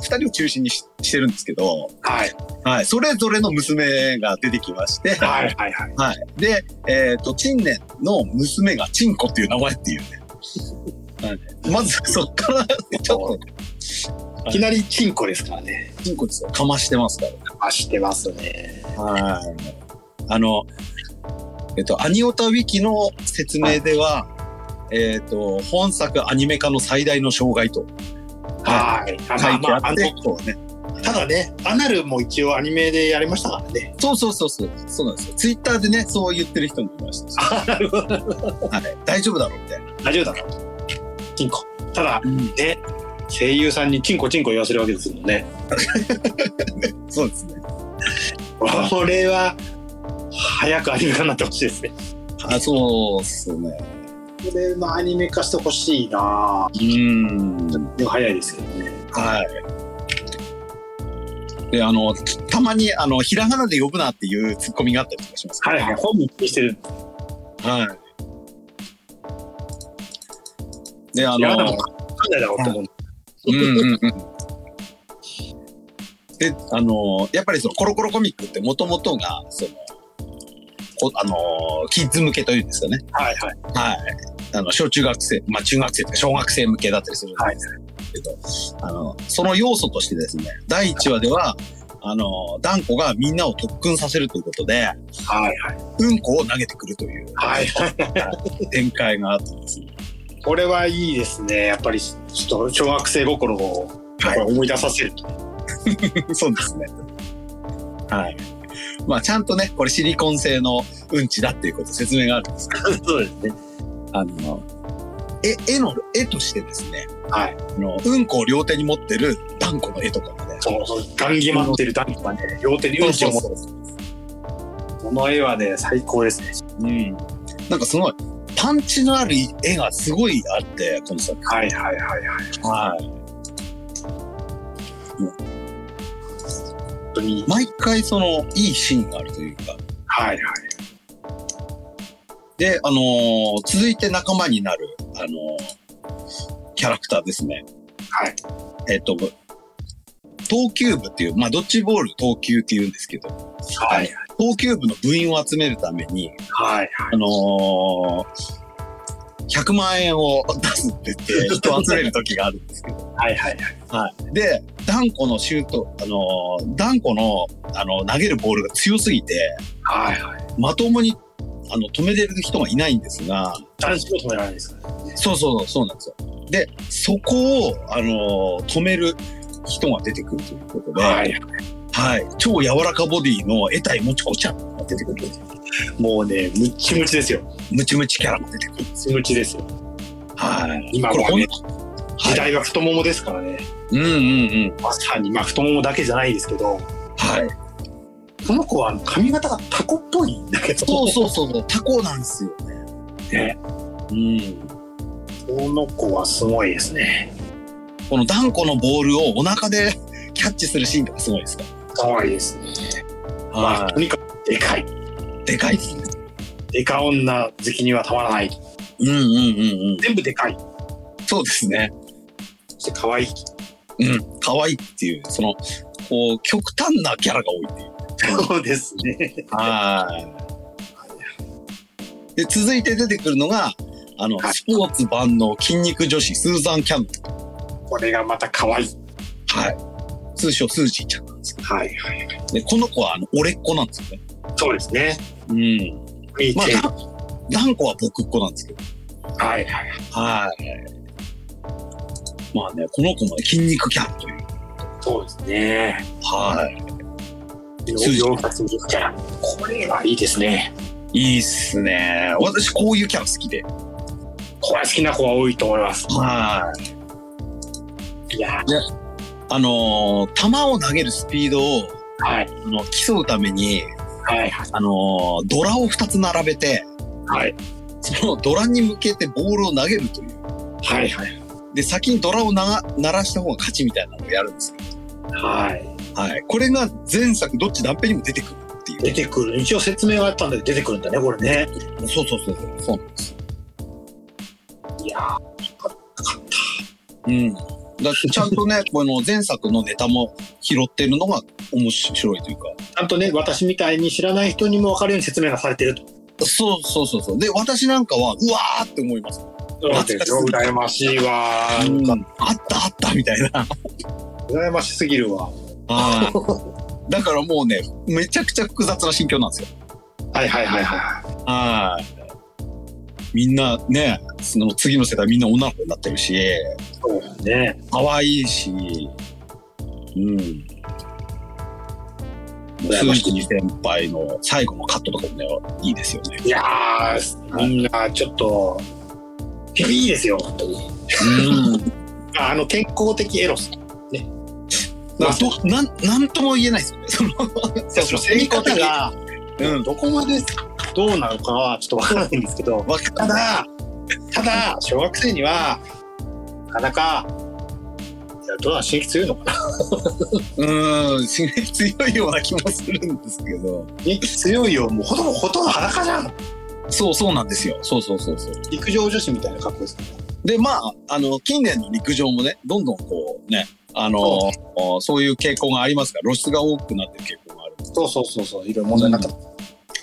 Speaker 1: 二人を中心にししてるんですけど、
Speaker 2: はい。
Speaker 1: はい、それぞれの娘が出てきまして、
Speaker 2: はい。はい。はい。
Speaker 1: はい。で、えっ、と、陳年の娘がチンコっていう名前っていうね。はい、まずそっから、ちょっ
Speaker 2: いきなりチンコですからね。
Speaker 1: とチンコですよかましてますからね。
Speaker 2: あ、してますね。
Speaker 1: はい。あの、えっと、アニオタウィキの説明では、えっと、本作アニメ化の最大の障害と
Speaker 2: はい。
Speaker 1: 書
Speaker 2: あ
Speaker 1: いて
Speaker 2: まあ、
Speaker 1: あ
Speaker 2: あ
Speaker 1: って、
Speaker 2: の、
Speaker 1: そうね。
Speaker 2: ただね、アナルも一応アニメでやりましたか
Speaker 1: (laughs)
Speaker 2: らね。
Speaker 1: そうそうそうそう、そうなんですよ。ツイッターでね、そう言ってる人もいましたし、はい、大丈夫だろうみたいな。
Speaker 2: 大丈夫だろチンコ。ただ、
Speaker 1: うん、
Speaker 2: 声優さんにチンコチンコ言わせるわけですもんね。
Speaker 1: そうですね。
Speaker 2: (laughs) これは、早くアニメ化になってほしいですね。
Speaker 1: あ、そうっすね。
Speaker 2: これ、まあ、アニメ化してほしいな
Speaker 1: うーん。
Speaker 2: でも早いですけどね。
Speaker 1: はい。で、あの、たまに、あの、ひらがなで呼ぶなっていうツッコミがあったりとかしますけど
Speaker 2: はいはい。本人気にしてる。
Speaker 1: はい。で、あ
Speaker 2: いや、で
Speaker 1: の
Speaker 2: も、、わかんないだろうと思うんで
Speaker 1: うんうんうん。で、あの、やっぱりそのコロコロコミックってもともとが、その、こあの、キッズ向けというんですかね。
Speaker 2: はいは
Speaker 1: は
Speaker 2: い。
Speaker 1: い。あの、小中学生、まあ中学生とか小学生向けだったりするんですけど、あの、その要素としてですね、第1話では、あの、ダンコがみんなを特訓させるということで、
Speaker 2: はいはい。
Speaker 1: うんこを投げてくるという
Speaker 2: はいはい。
Speaker 1: 展開があってですね。
Speaker 2: これはいいですね。やっぱり、ちょっと小学生心をやっぱり思い出させると。
Speaker 1: そうですね。はい。まあちゃんとね、これシリコン製のうんちだっていうこと説明があるんですけど、
Speaker 2: そうですね。
Speaker 1: あの、絵、絵の、絵としてですね、
Speaker 2: はい。
Speaker 1: あの、うんこを両手に持ってるダンコの絵とかもね、
Speaker 2: そうそう。ガンギマってるダンプがね、両手にうんちを持って
Speaker 1: そうそうそう
Speaker 2: この絵はね、最高ですね。
Speaker 1: うん、なんかすごいパンチのある絵がすごいあってこの作
Speaker 2: はいはいはいはい。
Speaker 1: 品はい
Speaker 2: 本当に。
Speaker 1: 毎回そのいいシーンがあるというか
Speaker 2: はいはい。
Speaker 1: であのー続いて仲間になるあのーキャラクターですね
Speaker 2: はい
Speaker 1: えっと投球部っていう、まあ、ドッジボール投球っていうんですけど、
Speaker 2: はい
Speaker 1: 投球部の部員を集めるために、
Speaker 2: はい。
Speaker 1: あのー100万円を出すって言
Speaker 2: (laughs)
Speaker 1: って、人を集める時があるんですけど、
Speaker 2: はいはいはい。
Speaker 1: はい。で、ダンコのシュート、あのー、ダンコの、あの、投げるボールが強すぎて、
Speaker 2: はいはい。
Speaker 1: まともに、あの、止めれる人がいないんですが、
Speaker 2: 男子も止められないですからね。
Speaker 1: そうそう、そうなんですよ。で、そこを、あのー止める人が出てくるということで、
Speaker 2: はい。
Speaker 1: はい超柔らかボディの得体もちこちゃんが出てくる。
Speaker 2: もうね、ムッチムチですよ。
Speaker 1: ムチムチキャラが出てくる。
Speaker 2: ムチムチですよ。
Speaker 1: はい。
Speaker 2: 今
Speaker 1: これ
Speaker 2: は
Speaker 1: ほん
Speaker 2: ね、時代は太ももですからね。
Speaker 1: うんうんうん。
Speaker 2: まさに、まあ太ももだけじゃないですけ
Speaker 1: は
Speaker 2: ど、
Speaker 1: い。
Speaker 2: この子は髪型がタコっぽいんだけど、
Speaker 1: そうそうそうそう、タコなんですよね。
Speaker 2: ね
Speaker 1: うん。
Speaker 2: この子はすごいですね。
Speaker 1: このダンコのボールをお腹で (laughs) キャッチするシーンとかすごいですか
Speaker 2: かわいいですね。まあ、とにかくでかい。
Speaker 1: でかいですね。
Speaker 2: でか女好きにはたまらない。
Speaker 1: うんうんうんうん。
Speaker 2: 全部でかい。
Speaker 1: そうですね。
Speaker 2: そして可愛い。
Speaker 1: うん。可愛いっていう、その、こう、極端なキャラが多いっていう。
Speaker 2: そうですね。
Speaker 1: はい。で、続いて出てくるのが、あの、
Speaker 2: はい
Speaker 1: スポーツ万能筋肉女子、スーザン・キャンプ。
Speaker 2: これがまた可愛い。
Speaker 1: はい。通称、スージーちゃん。なんですよ。
Speaker 2: はいはい。
Speaker 1: で、この子はあの俺っ子なんですよね。
Speaker 2: そうですね。
Speaker 1: うん。
Speaker 2: 見
Speaker 1: まあ、
Speaker 2: て。
Speaker 1: ダンダンコは僕っ子なんですけど。
Speaker 2: はいはい。
Speaker 1: はい。まあね、この子もね筋肉キャラという。
Speaker 2: そうですね。
Speaker 1: はい。
Speaker 2: 数字を発見キャラ。これはいいですね。
Speaker 1: いいっすね。私、こういうキャラ好きで。
Speaker 2: これ好きな子は多いと思います。
Speaker 1: はい。
Speaker 2: いや
Speaker 1: あのー球を投げるスピードを、
Speaker 2: ーはい
Speaker 1: あの、競うために、
Speaker 2: はいはい
Speaker 1: あのードラを2つ並べて、
Speaker 2: はい
Speaker 1: そのドラに向けてボールを投げるという。
Speaker 2: はいはい
Speaker 1: で、先にドラをなが鳴らした方が勝ちみたいなのをやるんですよ。
Speaker 2: はい。
Speaker 1: はい。これが前作、どっち断片にも出てくるっていう。
Speaker 2: 出てくる。一応説明があったんで出てくるんだね、これね。
Speaker 1: そうそうそうそう。そうなんです。
Speaker 2: いやー
Speaker 1: うん。だってちゃんとね、 (laughs) この前作のネタも拾ってるのが面白いというか。
Speaker 2: ちゃんとね、私みたいに知らない人にも分かるように説明がされてると。
Speaker 1: そうそうそうそう。で、私なんかは、うわーって思います。
Speaker 2: そうですよ羨ましいわー。
Speaker 1: うんあったあったみたいな。
Speaker 2: 羨ましすぎるわ。
Speaker 1: (laughs) はい。だからもうね、めちゃくちゃ複雑な心境なんですよ。
Speaker 2: はいはいはいは
Speaker 1: はい。みんなね、その次の世代みんな女の子になってるし、
Speaker 2: い。そうだね。
Speaker 1: 可愛いし、うん。
Speaker 2: 羨ましい
Speaker 1: スージー先輩の最後のカットとかもね、いいですよね。
Speaker 2: いやー、みんなちょっと、ヘビーですよ、本当に。
Speaker 1: うん。
Speaker 2: ああの、健康的エロス。ね。
Speaker 1: (laughs) なんかどなん、なんとも言えないですよね。その、その
Speaker 2: 成
Speaker 1: 言い
Speaker 2: 功
Speaker 1: 方
Speaker 2: 的
Speaker 1: が、
Speaker 2: が、
Speaker 1: うん。
Speaker 2: どこまでどうなのかはちょっとわからないんですけど、
Speaker 1: わか
Speaker 2: た
Speaker 1: んない
Speaker 2: だ、ただ、小学生には、なかなか、いやどうなん刺激強いのかな
Speaker 1: うーん、刺激強いような気もするんですけど。
Speaker 2: 刺激強いよ、もうほとんど、ほとんど裸じゃん。
Speaker 1: そうそうなんですよ。そうそうそうそう。
Speaker 2: 陸上女子みたいな格好ですね。
Speaker 1: で、まあ、あの、近年の陸上もね、どんどんこうね、あの、そういう傾向がありますから、露出が多くなってる傾向がある。
Speaker 2: そうそうそうそう、いろいろ問題になった。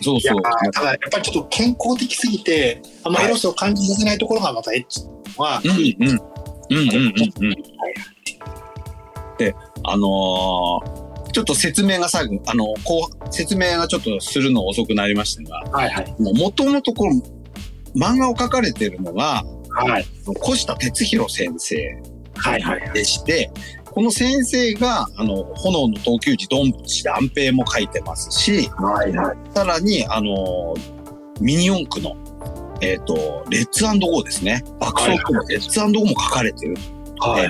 Speaker 1: そう
Speaker 2: いや
Speaker 1: そう。
Speaker 2: ーただやっぱりちょっと健康的すぎてあんまエロスを感じさせないところがまたエッチは、
Speaker 1: うんうん。うんうんうんうん。で、あのーちょっと説明が最後、あの、こう、説明がちょっとするの遅くなりましたが、
Speaker 2: はいはい
Speaker 1: もともとこの漫画を描かれてるのが、
Speaker 2: はい
Speaker 1: 越田哲弘先生
Speaker 2: はいはい
Speaker 1: でして、この先生が、あの、炎の投球児ドンプチで安平も書いてますし、
Speaker 2: はいはい
Speaker 1: さらに、あの、ミニ四駆の、えっ、と、レッツゴーですね。爆走区のレッツゴーも書かれてる。
Speaker 2: はい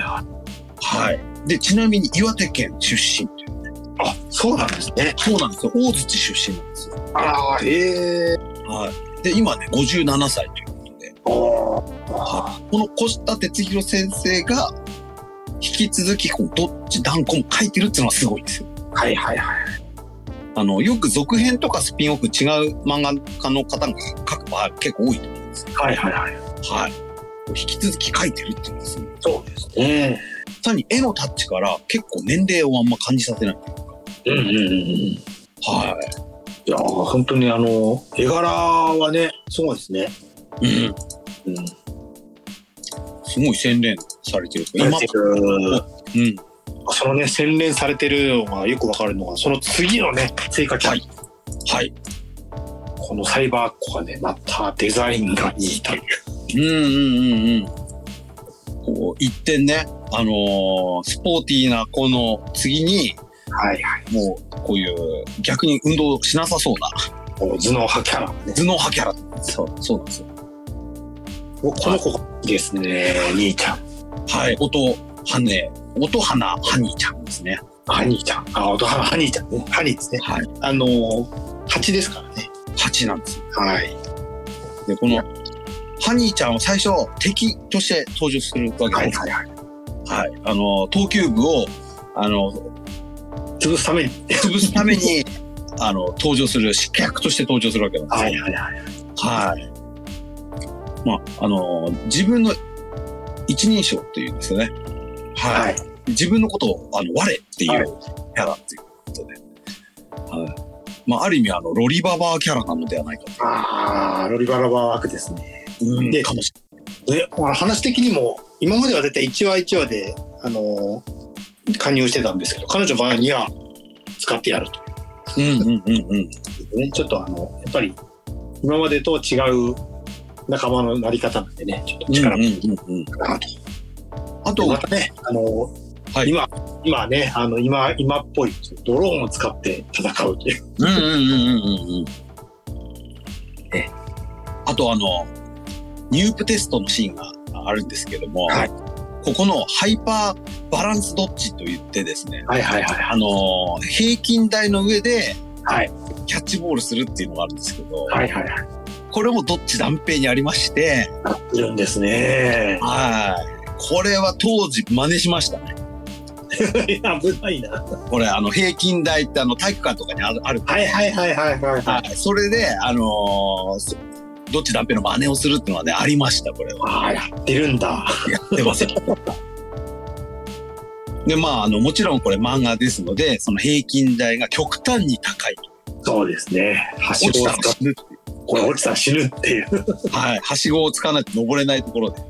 Speaker 1: はい。で、ちなみに岩手県出身という。
Speaker 2: あそうなんですね
Speaker 1: そうなんですよ。大槌出身なんですよ。
Speaker 2: ああへえ
Speaker 1: はい。で、今ね、57歳ということで、
Speaker 2: お
Speaker 1: この越田哲弘先生が、引き続き、このどっち断固も書いてるっていうのはすごいんですよ。
Speaker 2: はいはいはい
Speaker 1: あの、よく続編とかスピンオフ違う漫画家の方が書く場合結構多いと思うんですよ。
Speaker 2: はいはいはい
Speaker 1: はい。引き続き書いてるっていうんですよ。
Speaker 2: そうですね
Speaker 1: さらに絵のタッチから結構年齢をあんま感じさせない。
Speaker 2: うんうんうんうんい
Speaker 1: は
Speaker 2: やー本当にあの絵柄はねすごいですね
Speaker 1: い。うん。
Speaker 2: うん
Speaker 1: すごい洗練されてる。今、
Speaker 2: 今
Speaker 1: うん。
Speaker 2: そのね洗練されてるのがよくわかるのがその次のね追加キャ
Speaker 1: は
Speaker 2: ラ、
Speaker 1: いはい。
Speaker 2: このサイバーっ子がねまたデザインがいいとい
Speaker 1: うんうんうんう
Speaker 2: う
Speaker 1: ん。こう、一点ね、あのースポーティーな子の次に、
Speaker 2: はいはい
Speaker 1: もう、こういう、逆に運動しなさそうな、
Speaker 2: この頭脳派キャラね
Speaker 1: 頭脳派キャラ。そう、そうなんですよ。
Speaker 2: 僕この子が好きですね兄ちゃん
Speaker 1: はい、音、羽根、音花、ハニーちゃんですね。
Speaker 2: ハニーちゃんあ音ハニーちゃんねハニーですね
Speaker 1: はい。
Speaker 2: あのー蜂ですからね
Speaker 1: 蜂なんですよ。
Speaker 2: はい
Speaker 1: で、この、ハニーちゃんを最初、敵として登場するわけ
Speaker 2: はい
Speaker 1: です。
Speaker 2: はいはい
Speaker 1: はい。あのー、投球部を、あのー、
Speaker 2: 潰すために
Speaker 1: 潰すため (laughs) に、あの、登場する、失脚として登場するわけなんですよ。
Speaker 2: はいはいはい
Speaker 1: はい。まあ、あの自分の一人称っていうんですよね。はい。
Speaker 2: はい
Speaker 1: 自分のことを、あの、我っていう
Speaker 2: は
Speaker 1: キャラっていうことで。はい。まあ、ある意味、あの、ロリババーキャラなのではないか
Speaker 2: あーロリバラバー枠ですね
Speaker 1: と。うん
Speaker 2: で
Speaker 1: かもし
Speaker 2: で話的にも今までは絶対1話1話であのー加入してたんですけど彼女の場合には使ってやると
Speaker 1: うんうんうんうん。
Speaker 2: いうね。ちょっとあの、やっぱり今までと違う仲間のなり方なんでね、ちょっと力
Speaker 1: うんう
Speaker 2: も
Speaker 1: んうんうん。
Speaker 2: なと。
Speaker 1: あ
Speaker 2: で
Speaker 1: と、
Speaker 2: またね、あの、
Speaker 1: はい
Speaker 2: 今、今ね、あの、今、今っぽい、ドローンを使って戦うという。
Speaker 1: うんうんうんうんうんうん。え、あとあの、ニュープテストのシーンがあるんですけども、
Speaker 2: はい
Speaker 1: ここのハイパーバランスドッジと言ってですね、
Speaker 2: はいはいはい。
Speaker 1: あの、平均台の上で
Speaker 2: はい。
Speaker 1: キャッチボールするっていうのがあるんですけど、
Speaker 2: はいはいはい。
Speaker 1: これもどっち断平にありまして、
Speaker 2: なってるんですね。
Speaker 1: はい。これは当時真似しましたね。
Speaker 2: (laughs) 危ないな。
Speaker 1: これあの平均台ってあの体育館とかにある、ある
Speaker 2: はいはいはいはいはいはい。
Speaker 1: はい、それで、あのーそどっち断片の真似をするっていうのはね、ありました、これは。
Speaker 2: (laughs) ああ、やってるんだ。
Speaker 1: やってますよ。で、まあ、あの、もちろんこれ漫画ですので、その平均台が極端に高い。
Speaker 2: そうですね。はし
Speaker 1: 落ち
Speaker 2: ごを
Speaker 1: たら
Speaker 2: 使っ
Speaker 1: 死ぬ。
Speaker 2: これ落ちたら死ぬっていう。
Speaker 1: はい。はしごをつかないと登れないところで。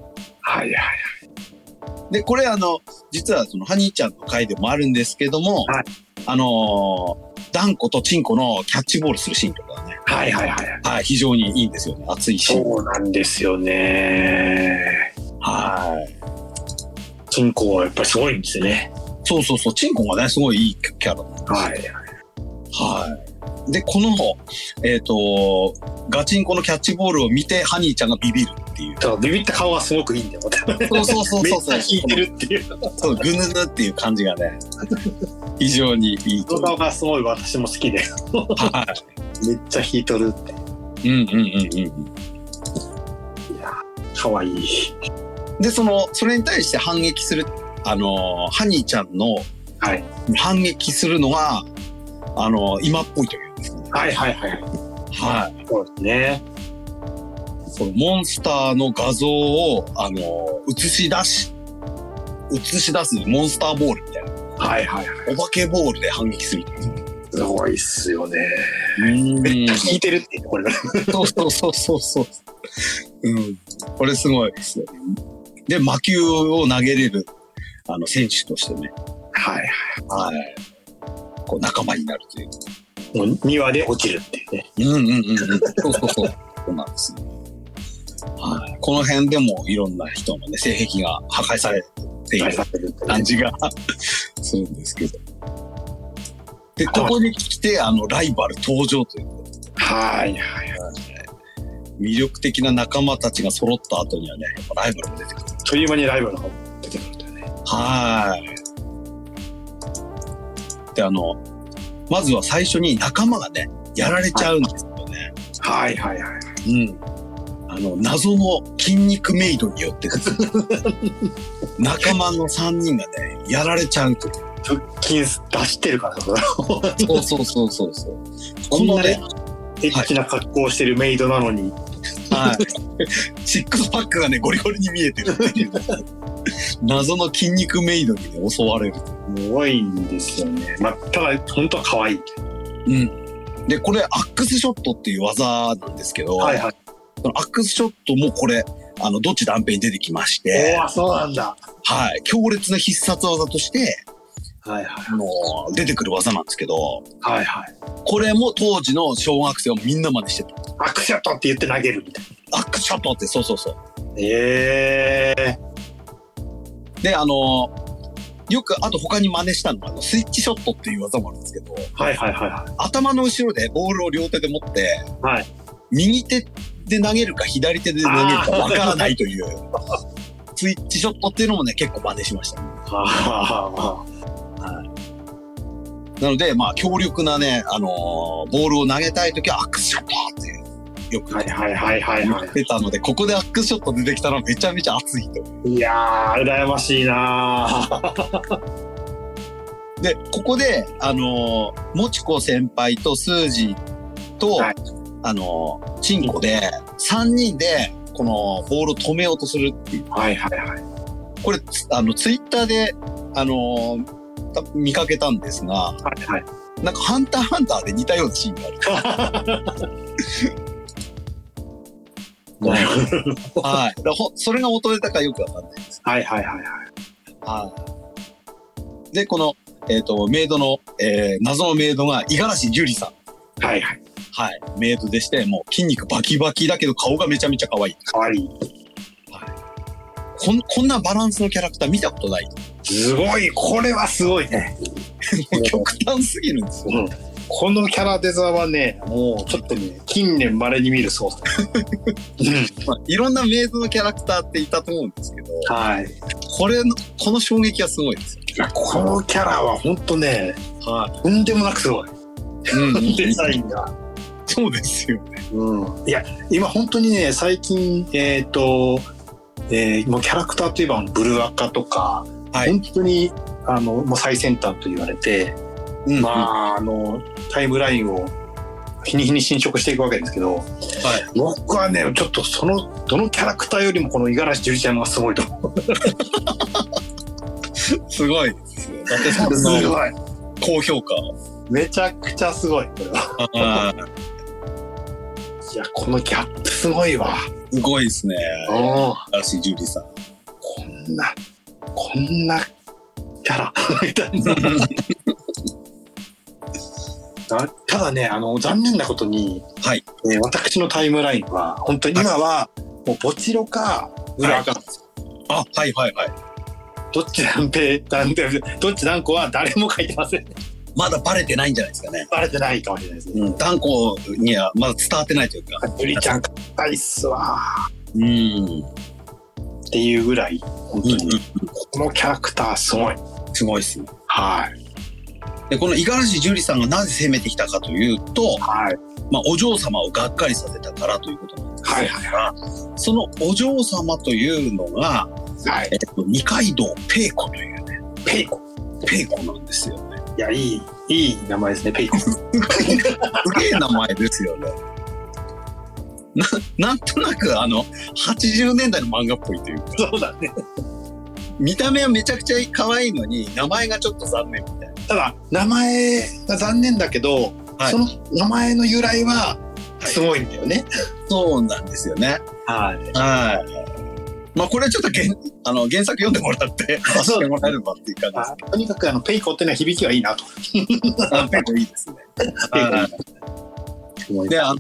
Speaker 2: はいはい。
Speaker 1: で、これあの、実はその、ハニーちゃんの回でもあるんですけども、
Speaker 2: はい
Speaker 1: あのー、ダンコとチンコのキャッチボールするシーンとかね、
Speaker 2: はいはいはい。
Speaker 1: はい、非常にいいんですよね。熱いシーン。
Speaker 2: そうなんですよね。
Speaker 1: はい。
Speaker 2: チンコはやっぱりすごいんですね。
Speaker 1: そうそうそう、チンコがね、すごいいいキャラ
Speaker 2: はい。
Speaker 1: はい。で、この、えっ、と、ガチンコのキャッチボールを見て、ハニーちゃんがビビるっていう。
Speaker 2: だからビビった顔がすごくいいんだよ。
Speaker 1: そうそうそ
Speaker 2: めっちゃ引いてるっていう。
Speaker 1: そう、ぐぬぬっていう感じがね、非常にいい
Speaker 2: そ
Speaker 1: と
Speaker 2: の
Speaker 1: 思
Speaker 2: 顔
Speaker 1: う。
Speaker 2: がすごい私も好きで。
Speaker 1: は
Speaker 2: めっちゃ引いとるって。
Speaker 1: い。うんうんうんう
Speaker 2: かわいい。
Speaker 1: ん。で、その、それに対して反撃する、あの、ハニーちゃんの
Speaker 2: はい。
Speaker 1: 反撃するのが、あの、今っぽいというですね。
Speaker 2: はいはいはい。
Speaker 1: はい。
Speaker 2: そうですね。
Speaker 1: このモンスターの画像を、あの、映し出し、映し出すモンスターボールみたいな。
Speaker 2: はいはいはい。
Speaker 1: お化けボールで反撃する。
Speaker 2: すごいっすよね。め
Speaker 1: め
Speaker 2: っ
Speaker 1: っ
Speaker 2: ち
Speaker 1: ち
Speaker 2: ゃ
Speaker 1: ゃ
Speaker 2: 引いてるっていうこれが。
Speaker 1: そうそうそうそうそう。うん。これすごいですよね。で、魔球を投げれる、あの、選手としてね、
Speaker 2: はい。
Speaker 1: はい。こう、仲間になるという。
Speaker 2: もう庭で落ちるっていうね。
Speaker 1: うんうんうんうん。そうそうそう。そうなんですね。はい。この辺でもいろんな人のね、性癖が破壊されている
Speaker 2: 返されるっていう
Speaker 1: 感じがするんですけど。で、ここに来て、あの、ライバル登場という。
Speaker 2: はいはい。
Speaker 1: 魅力的な仲間たちが揃った後にはね、やっぱライバルも出てくる。
Speaker 2: あっという間にライバルの方が出てくるというね。
Speaker 1: はい。で、あの、まずは最初に仲間がね、やられちゃうんですよね。
Speaker 2: はいはいはい。
Speaker 1: うん。あの、謎の筋肉メイドによ (laughs) ってですね仲間の3人がね、やられちゃうという。
Speaker 2: 腹筋出してるからな、それ
Speaker 1: そうそうそうそうそう。
Speaker 2: こ
Speaker 1: こ
Speaker 2: ん
Speaker 1: の
Speaker 2: なね
Speaker 1: ね、
Speaker 2: エッチな格好をしてるメイドなのに。
Speaker 1: (laughs) はい。シックスパックがね、ゴリゴリに見えてるっていう。謎の筋肉メイドに、ね、襲われる。
Speaker 2: すごいんですよね。まあ、ただ、本当は可愛い。
Speaker 1: うん。で、これ、アックスショットっていう技なんですけど、
Speaker 2: はい。
Speaker 1: そのアックスショットもこれ、あの、どっち断片に出てきまして、
Speaker 2: おお、そうなんだ。
Speaker 1: はい。強烈な必殺技として、
Speaker 2: はいはい。
Speaker 1: あのー出てくる技なんですけど、
Speaker 2: はいはい。
Speaker 1: これも当時の小学生はみんな真似してた。
Speaker 2: アクショットって言って投げるみたいな。
Speaker 1: アックスショットって、そうそうそう。
Speaker 2: ええ
Speaker 1: で、あのーよく、あと他に真似したのが、あのスイッチショットっていう技もあるんですけど、
Speaker 2: はいはいはいは
Speaker 1: 頭の後ろでボールを両手で持って、
Speaker 2: はい
Speaker 1: 右手で投げるか左手で投げるかわからないという、 (laughs) スイッチショットっていうのもね、結構真似しました、ね。
Speaker 2: い。は
Speaker 1: なので、まあ、強力なね、あのーボールを投げたいときはアックスショットっていう、よく
Speaker 2: いはいはいはい
Speaker 1: 言
Speaker 2: は
Speaker 1: ってたので、ここでアックスショット出てきたのはめちゃめちゃ熱いという。
Speaker 2: い。いやー、羨ましいなー。
Speaker 1: で、ここで、あのー、もちこ先輩とスージーと、
Speaker 2: はい
Speaker 1: あのー、チンコで、3人で、このボールを止めようとするっていう。
Speaker 2: はいはいはい。
Speaker 1: これ、つあの、ツイッターで、あのーた見かけたんですが、
Speaker 2: はいはい。
Speaker 1: なんか、ハンターハンターで似たようなシーンがある。
Speaker 2: (laughs) なるほど
Speaker 1: はい。だからほそれが元ネタかよくわかんない。
Speaker 2: はいはいはいはい。
Speaker 1: はい。で、この、えっ、と、メイドの、えー謎のメイドが、五十嵐樹里さん。
Speaker 2: はいはい。
Speaker 1: はい。メイドでして、もう筋肉バキバキだけど顔がめちゃめちゃ可愛い。
Speaker 2: かわいい。
Speaker 1: こん、こんなバランスのキャラクター見たこと
Speaker 2: (laughs)
Speaker 1: ない。
Speaker 2: すごい。これはすごいね。
Speaker 1: 極端すぎるんですよ。
Speaker 2: うんこのキャラデザはね、もうちょっとね、近年まれに見るそう (laughs) だ。
Speaker 1: まあ、いろんなメイドのキャラクターっていたと思うんですけど、
Speaker 2: はい。い
Speaker 1: これの、この衝撃はすごいです
Speaker 2: や、このキャラは本当ね、
Speaker 1: よ。は
Speaker 2: とんでもなくすごい。
Speaker 1: い。うん。
Speaker 2: デザインが。
Speaker 1: そうですよ。
Speaker 2: うん、いや今本当にね最近えっ、と、えーもうキャラクターといえばブルアカとか、
Speaker 1: はい
Speaker 2: 本当にあのもう最先端と言われて、
Speaker 1: うん
Speaker 2: まああのタイムラインを日に日に侵食していくわけですけど、僕はねちょっとそのどのキャラクターよりもこの五十嵐樹里ちゃんがすごいと思う。
Speaker 1: すごいですよ。だってさ、
Speaker 2: (laughs) す
Speaker 1: もう
Speaker 2: ごい
Speaker 1: 高評価。
Speaker 2: めちゃくちゃすごいこれは。いやこのギャップすごいわ。
Speaker 1: すごいですね。
Speaker 2: うん
Speaker 1: 嵐樹里さん。
Speaker 2: こんな、こんなキャラみたいな。な (laughs) ただね、あの、残念なことに、
Speaker 1: はい
Speaker 2: えー私のタイムラインは、本当に今は、もう、ボチロか、裏か、
Speaker 1: あ、はいはいはい。
Speaker 2: どっちなんぺ、なんて、どっち何個は誰も書いてません。
Speaker 1: まだバレてないんじゃないですかね。
Speaker 2: バレてないかもしれないですね。
Speaker 1: うん。断固にはまだ伝わってないというか。
Speaker 2: ゆりちゃん、かったいっすわ
Speaker 1: うん。
Speaker 2: ーっていうぐらい、本当に、このキャラクターすごい。
Speaker 1: すごいですね。
Speaker 2: はい。
Speaker 1: で、この五十嵐樹里さんがなぜ攻めてきたかというと、
Speaker 2: はい。
Speaker 1: まあ、お嬢様をがっかりさせたからということなんです
Speaker 2: はいはい
Speaker 1: が、そのお嬢様というのが、
Speaker 2: はい。
Speaker 1: えっと、二階堂ペイコという
Speaker 2: ペイコ。
Speaker 1: ペイコなんですよね。
Speaker 2: いや、いい、いい名前ですね、ペ (laughs) イコ。
Speaker 1: すげえ名前ですよね。ななんとなくあの80年代の漫画っぽいというか
Speaker 2: そうだね。
Speaker 1: 見た目はめちゃくちゃ可愛いのに名前がちょっと残念みたいな
Speaker 2: ただ名前が残念だけど、
Speaker 1: はい
Speaker 2: その名前の由来はすごいんだよね。
Speaker 1: そうなんですよね
Speaker 2: はい。
Speaker 1: はいまあこれはちょっと原あの原作読んでもらって
Speaker 2: あ
Speaker 1: 知
Speaker 2: そ
Speaker 1: っ
Speaker 2: う
Speaker 1: てもらえればっていう感じ
Speaker 2: とにかくあのペイコっていうのは響きはいいなと
Speaker 1: ですあペイコいいですね
Speaker 2: ペイコ
Speaker 1: は
Speaker 2: 思い
Speaker 1: い
Speaker 2: ま
Speaker 1: であの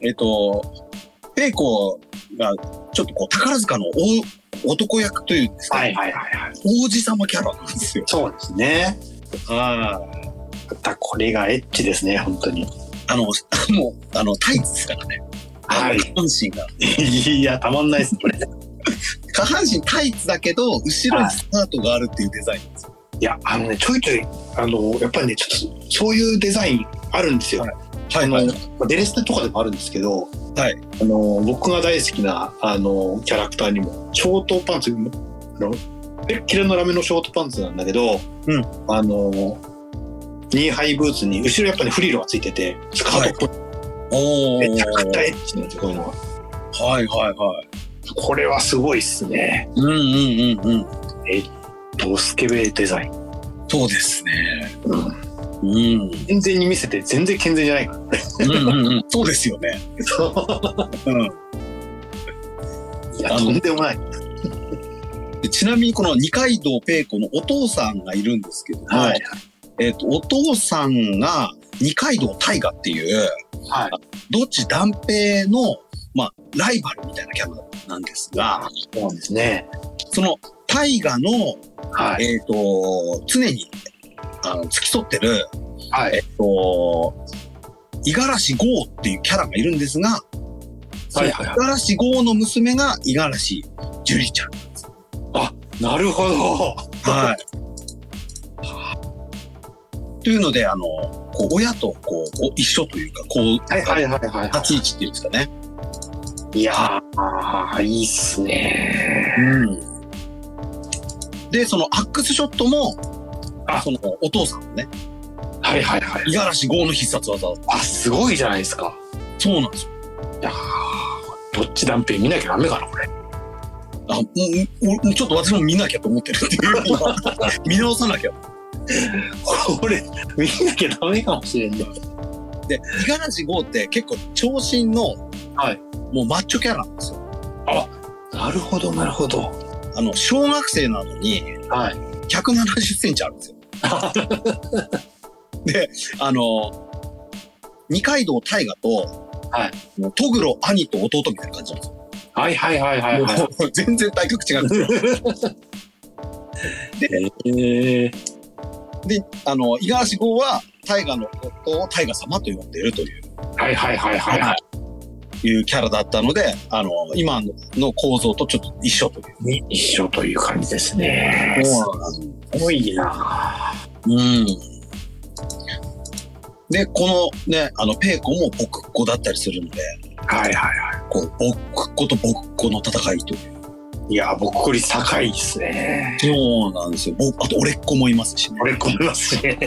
Speaker 1: えっとペイコがちょっとこう宝塚の大男役というんです
Speaker 2: す。
Speaker 1: か、
Speaker 2: はいはいはいはい。
Speaker 1: 王子様キャラなんですよ
Speaker 2: そうですね。
Speaker 1: はい
Speaker 2: またこれがエッチですね本当に。
Speaker 1: あの、もう、あの、タイツですからね。
Speaker 2: はい
Speaker 1: 下半身が。
Speaker 2: いやたまんないですこれ。
Speaker 1: 下半身タイツだけど、後ろにスカートがあるっていうデザインですよ。
Speaker 2: いやあのねちょいちょいあのやっぱりねちょっとそういうデザインあるんですよ。
Speaker 1: は
Speaker 2: あの
Speaker 1: あの
Speaker 2: まあデレステとかでもあるんですけど、
Speaker 1: はい
Speaker 2: あの僕が大好きなあのキャラクターにもショートパンツあのキレッキレのラメのショートパンツなんだけど、
Speaker 1: うん
Speaker 2: あのニーハイブーツに後ろやっぱりフリルがついててスカートっぽい、
Speaker 1: おー
Speaker 2: めちゃくちゃエッチなんですよこういうのは
Speaker 1: はいはいはい。
Speaker 2: これはすごいっすね
Speaker 1: うんうんうんうん。
Speaker 2: ドスケベデザイン、
Speaker 1: そうですね。
Speaker 2: うん
Speaker 1: うん。うん
Speaker 2: 健全に見せて全然健全じゃないから
Speaker 1: うん
Speaker 2: (laughs)
Speaker 1: うん。そうですよね。うん。
Speaker 2: いや
Speaker 1: あの
Speaker 2: とんでもない
Speaker 1: でちなみにこの二階堂ペイ子のお父さんがいるんですけども、
Speaker 2: はい
Speaker 1: えっと、お父さんが二階堂大河っていう、
Speaker 2: はい
Speaker 1: どっち断平の、まあ、ライバルみたいなキャラなんですが、
Speaker 2: そうなんですね
Speaker 1: その大河の
Speaker 2: はい
Speaker 1: えっ、と、常に、あの、付き添ってる、
Speaker 2: は
Speaker 1: え
Speaker 2: い
Speaker 1: っ、と、五十嵐豪っていうキャラがいるんですが、
Speaker 2: はいはいはい
Speaker 1: 五十嵐豪の娘が五十嵐樹里ちゃん。
Speaker 2: なるほど
Speaker 1: い。というので、あの、こう、親と、こう、お一緒というか、こう、
Speaker 2: はいはいはいはい
Speaker 1: 立ち位置っていうんですかね。
Speaker 2: いやー、いいっすね。
Speaker 1: うん。で、そのアックスショットも、
Speaker 2: あ
Speaker 1: そのお父さんのね、
Speaker 2: はいはいはい
Speaker 1: 五。十嵐豪の必殺技だった。
Speaker 2: あ、すごいじゃないですか。
Speaker 1: そうなんですよ。
Speaker 2: いやー、どっち断片見なきゃダメかな、これ。
Speaker 1: あ、
Speaker 2: (laughs)
Speaker 1: もうもう、ちょっと私も見なきゃと思ってるっていう。今 (laughs) 見直さなきゃ。
Speaker 2: これ、見なきゃダメかもしれんね。
Speaker 1: で、五十嵐豪って結構長身の、
Speaker 2: はい
Speaker 1: もうマッチョキャラなんですよ。
Speaker 2: なるほど、なるほど。
Speaker 1: あの、小学生なのに
Speaker 2: はい。 (laughs)
Speaker 1: 170センチあるんですよ。で、あの、二階堂大河と、
Speaker 2: は
Speaker 1: もうトグロ兄と弟みたいな感じなんですよ。
Speaker 2: はいはいはいはいはい。
Speaker 1: もう全然体格違うんですよ。
Speaker 2: え
Speaker 1: で、あの、五十嵐号は大河のことを大河様と呼んでいるという。
Speaker 2: はいはいはいはいはい。
Speaker 1: いうキャラだったので、あの、今の構造とちょっと一緒という。
Speaker 2: に一緒という感じですね。すごいな。
Speaker 1: うん。で、このね、あの、ペーコもボクッコだったりするんで、
Speaker 2: はいはいは
Speaker 1: こう、ボクッコとボクッコの戦いという。
Speaker 2: い。いや、僕こり高いですね。
Speaker 1: そうなんですよ。ぼあと、俺っ子もいますしね。
Speaker 2: 俺込みますね。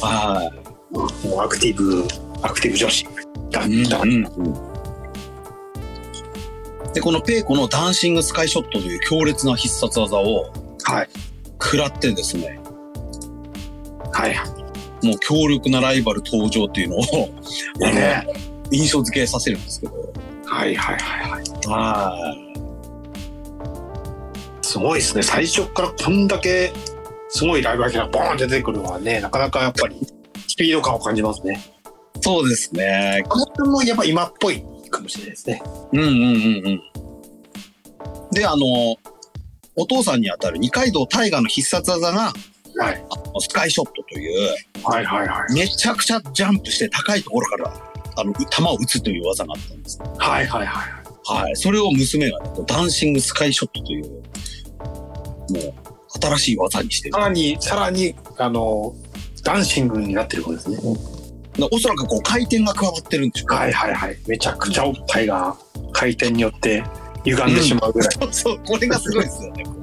Speaker 1: は
Speaker 2: もうアクティブ、アクティブ女子。だ
Speaker 1: い。
Speaker 2: だ
Speaker 1: で、このペーコのダンシングスカイショットという強烈な必殺技を
Speaker 2: はい
Speaker 1: 食らってですね、
Speaker 2: はい
Speaker 1: もう強力なライバル登場っていうのをあの
Speaker 2: ね。
Speaker 1: 印象付けさせるんですけど。
Speaker 2: はいはいはいはい。
Speaker 1: はい。
Speaker 2: すごいですね。最初からこんだけ、すごいライブアキがボーン出てくるのはね、なかなかやっぱり、スピード感を感じますね。
Speaker 1: そうですね。
Speaker 2: この辺もやっぱ今っぽいかもしれないですね。
Speaker 1: うんうんうんうん。で、あの、お父さんにあたる二階堂大河の必殺技が、
Speaker 2: はい。
Speaker 1: あのスカイショットという、
Speaker 2: はいはいはい。
Speaker 1: めちゃくちゃジャンプして高いところから、あの、球を打つという技があったんです。
Speaker 2: はいはいはい。
Speaker 1: はい。それを娘がね、こうダンシングスカイショットという、もう、新しい技にしてる
Speaker 2: さ。らに、さらに、あの、ダンシングになってることですね。
Speaker 1: でおそらくこう、回転が加わってるんでしょうか。
Speaker 2: はいはいはい。めちゃくちゃおっぱいが回転によって歪んでしまうぐらい。
Speaker 1: そう (laughs) そう、これがすごいですよね、ここ。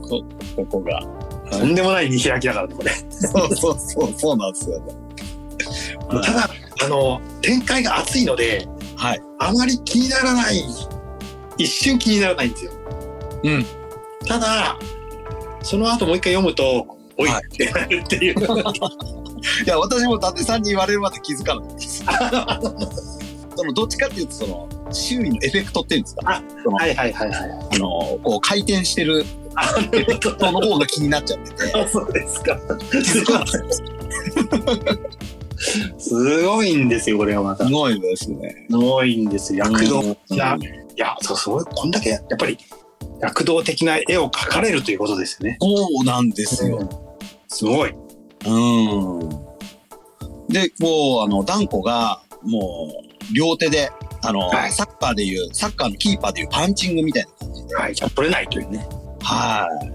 Speaker 1: こ (laughs) ここが。うん
Speaker 2: とんでもない見開きだからね、これ。
Speaker 1: そうそうそう、そうなんですよね。はい
Speaker 2: ただ、あの、展開が熱いので、
Speaker 1: はい。
Speaker 2: あまり気にならない、一瞬気にならないんですよ。
Speaker 1: うん。
Speaker 2: ただ、その後もう一回読むと、おい
Speaker 1: は
Speaker 2: ってなるってい
Speaker 1: い
Speaker 2: う。
Speaker 1: や、私も伊達さんに言われるまで気づかなかったです。 (laughs) そのどっちかっていうと、その、周囲のエフェクトっていうんですか、
Speaker 2: (laughs) はいはいはいはい。
Speaker 1: あの、こう回転してるエフェクトの方が気になっ (laughs) ちゃってて、
Speaker 2: (laughs) そうですか。
Speaker 1: 気づかなかったです
Speaker 2: ごいんですよ、これがまた。
Speaker 1: す。す
Speaker 2: す
Speaker 1: ごいです (laughs) ね。
Speaker 2: ごいんですよ。躍動
Speaker 1: うん
Speaker 2: な、いや、そうそう、こんだけ、やっぱり、躍動的な絵を描かれるということですよね。
Speaker 1: そうなんですよ。
Speaker 2: すごい。
Speaker 1: うん。で、こう、あの、ダンコが、もう、両手で、あの、
Speaker 2: はい
Speaker 1: サッカーでいう、サッカーのキーパーでいうパンチングみたいな感じで、
Speaker 2: はい、じゃあ取れないというね。
Speaker 1: はい。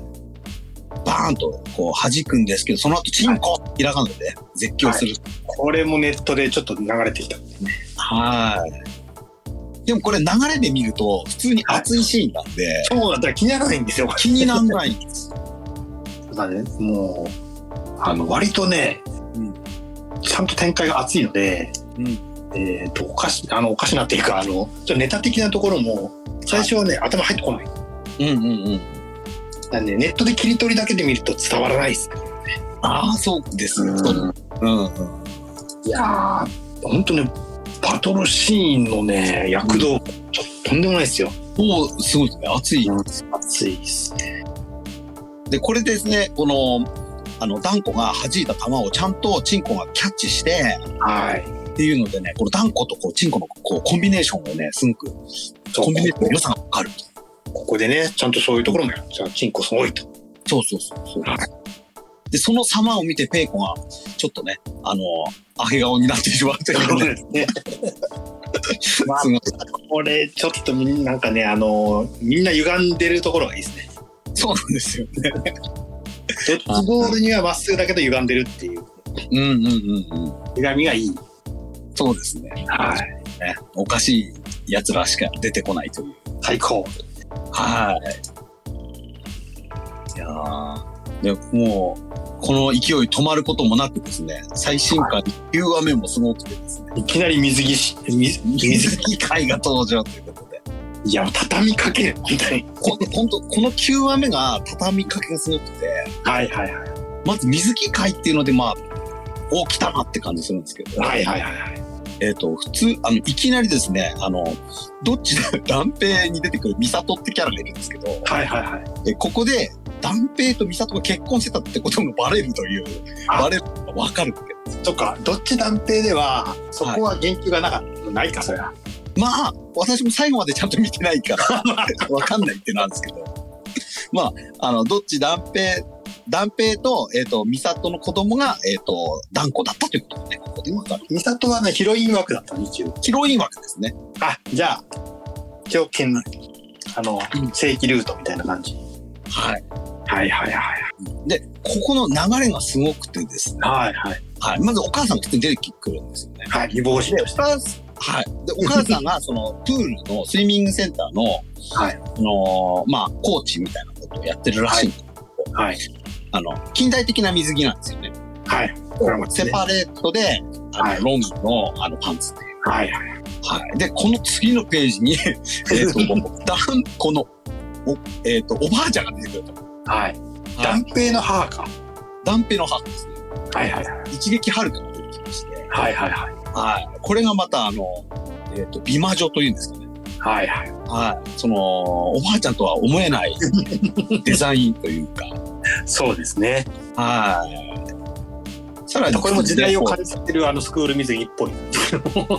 Speaker 1: バーンと、こう、弾くんですけど、その後、チンコひらがなで絶叫する。
Speaker 2: これもネットでちょっと流れてきた。
Speaker 1: はい。でもこれ流れで見ると、普通に熱いシーンなんで、
Speaker 2: そうだったら気にならないんですよ。
Speaker 1: 気にならないんです。
Speaker 2: だね、もう、あの、割とね、
Speaker 1: うん
Speaker 2: ちゃんと展開が熱いので、
Speaker 1: (laughs) うん
Speaker 2: えっ、と、おかし、あの、おかしなっていうか、あの、ちょっとネタ的なところも、最初はね、頭入ってこない。だか
Speaker 1: うんうんうん。
Speaker 2: らね、ネットで切り取りだけで見ると伝わらないです。
Speaker 1: ああ、そうですね。そううんうん。
Speaker 2: いやー、ほんとね、バトルシーンのね、躍動、ちょっととんでもないですよ。
Speaker 1: おーすごいですね。熱い。
Speaker 2: 熱いですね。
Speaker 1: で、これですね、この、あの、ダンコが弾いた球をちゃんとチンコがキャッチして、
Speaker 2: はい。
Speaker 1: っていうのでね、このダンコとこう、チンコのこう、コンビネーションをね、すごく、コンビネーションの良さがわかる。
Speaker 2: ここでね、ちゃんとそういうところもやる。じゃあ、チンコすごい (laughs) と。
Speaker 1: そうそうそうそう。
Speaker 2: は
Speaker 1: で、その様を見てペイコが、ちょっとね、あの、あげ顔になってしまうというね。すごい
Speaker 2: これ、ちょっとみんな、なんかね、あの、みんな歪んでるところがいいですね。
Speaker 1: そうなんですよね。
Speaker 2: ドッジボールにはまっすぐだけど歪んでるっていう。
Speaker 1: うんうんうんうん。
Speaker 2: 歪みがいい。
Speaker 1: そうですね。
Speaker 2: はい。
Speaker 1: ねおかしい奴らしか出てこないという。
Speaker 2: 最高。
Speaker 1: はい。いやーでもう、この勢い止まることもなくですね、最新刊9話目もすごくてですね、
Speaker 2: いきなり水着し、水、水
Speaker 1: 水着会が登場ということで、
Speaker 2: いや、畳みかける。みたいな。
Speaker 1: こ本当この9話目が畳みかけがすごくて、
Speaker 2: はいはいはい。
Speaker 1: まず水着会っていうので、まあ、お来たなって感じするんですけど、
Speaker 2: はいはいはいはい。
Speaker 1: えっ、と、普通、あの、いきなりですね、あの、 (laughs) どっちだ、断平に出てくるミサトってキャラがいるんですけど、
Speaker 2: はいはいはい。
Speaker 1: えここで、断平と美里が結婚してたってこともバレるという、
Speaker 2: あ
Speaker 1: バレるのがわかるって。
Speaker 2: そっか、どっち断定では、そこは言及がなかった。ないか、それは。
Speaker 1: まあ、私も最後までちゃんと見てないから、わかんないってなんですけど。まあ、あの、どっち断平、断平と、えっ、と、美里の子供が、えっ、と、断固だったということで、ここでわかる。
Speaker 2: 美里はね、ヒロイン枠だったの、一応。
Speaker 1: ヒロイン枠ですね。
Speaker 2: あ、じゃあ、一応、県内。あ
Speaker 1: う
Speaker 2: の
Speaker 1: ん、
Speaker 2: 正規ルートみたいな感じ。
Speaker 1: はい。
Speaker 2: はいはいはい。
Speaker 1: で、ここの流れがすごくてですね。
Speaker 2: はいはい。
Speaker 1: はい。まずお母さんが普通に出てくるんですよね。
Speaker 2: はい、未亡人
Speaker 1: で、
Speaker 2: と
Speaker 1: お
Speaker 2: して。
Speaker 1: 母さん、はい。で、お母さんが、その、プールのスイミングセンターの、
Speaker 2: は
Speaker 1: あ
Speaker 2: い。
Speaker 1: のーまあ、コーチみたいなことをやってるらしいんですけど、
Speaker 2: はい。
Speaker 1: あの、近代的な水着なんですよね。
Speaker 2: はい。これもです
Speaker 1: セ
Speaker 2: ね
Speaker 1: パレートで、あの、
Speaker 2: はい
Speaker 1: ロングの、あの、パンツっていう。
Speaker 2: はいはい。
Speaker 1: はい。で、この次のページに、 (laughs) えっ、
Speaker 2: (laughs)
Speaker 1: と、ダン、この、お、えっ、と、おばあちゃんが出てくると。
Speaker 2: はい。
Speaker 1: ダン、
Speaker 2: 断平の母か。
Speaker 1: ダンペの母ですね。
Speaker 2: はいはいはい。
Speaker 1: 一撃はるかが出てきまして、
Speaker 2: はいはいはい。
Speaker 1: はい。これがまた、あの、えっ、と、美魔女というんですかね。
Speaker 2: はいはい。
Speaker 1: はい。その、おばあちゃんとは思えない
Speaker 2: (laughs)
Speaker 1: デザインというか、
Speaker 2: そうですね。
Speaker 1: はい。さら
Speaker 2: これも時代を感じてるあのスクール水着っぽい。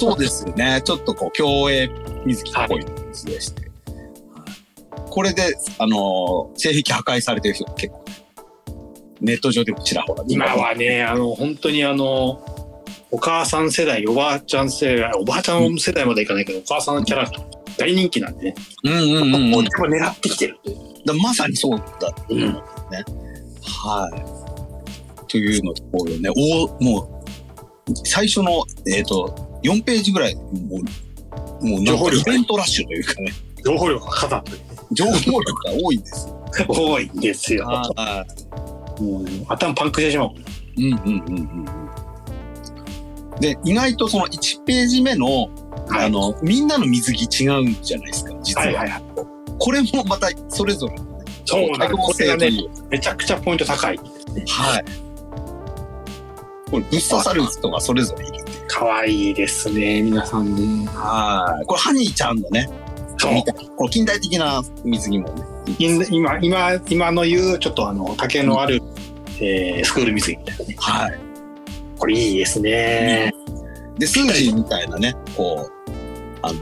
Speaker 1: そうですよね。ちょっとこう、競泳水着っぽい水でして。はいこれで、あのー、性癖破壊されてる人が結構ね、ネット上でもちらほら見
Speaker 2: 今
Speaker 1: ます
Speaker 2: はね、あの、本当にあの、お母さん世代、おばあちゃん世代、おばあちゃん世代までいかないけど、お母さんのキャラ、大人気なんでね。
Speaker 1: うんうんうん、うん。だか
Speaker 2: こっちも狙ってきてる。
Speaker 1: らまさにそうだと思うんですね。はい。というのと、こういうね、おもう、最初の、えっ、と、4ページぐらい、もう、もうなん
Speaker 2: 情報
Speaker 1: か
Speaker 2: 量
Speaker 1: イベントラッシュというか
Speaker 2: (laughs)
Speaker 1: ね、
Speaker 2: 情報量が肩という
Speaker 1: 情報力が多いんですよ。
Speaker 2: 多いんですよ。
Speaker 1: はい。
Speaker 2: もう頭パンクしてしまう。
Speaker 1: うんうんうんうんうん。で、意外とその1ページ目の、
Speaker 2: はい
Speaker 1: あの、みんなの水着違うんじゃないですか、実は。
Speaker 2: はいはいはい。
Speaker 1: これもまたそれぞれ、
Speaker 2: そうなん
Speaker 1: 多
Speaker 2: です。
Speaker 1: 様性と
Speaker 2: これがね、
Speaker 1: いう。
Speaker 2: めちゃくちゃポイント高い。
Speaker 1: はい。これ、ぶっ刺さる人がそれぞれいる。
Speaker 2: 可愛いですね、皆さんね。
Speaker 1: はい。これ、ハニーちゃんのね、
Speaker 2: そう
Speaker 1: み。たいなこの近代的な水着もね。
Speaker 2: 今、今、今今の言う、ちょっとあの、竹のある、えースクール水着みたいなね。
Speaker 1: はい。
Speaker 2: これいいですね。
Speaker 1: で、スージーみたいなね、こう、あの、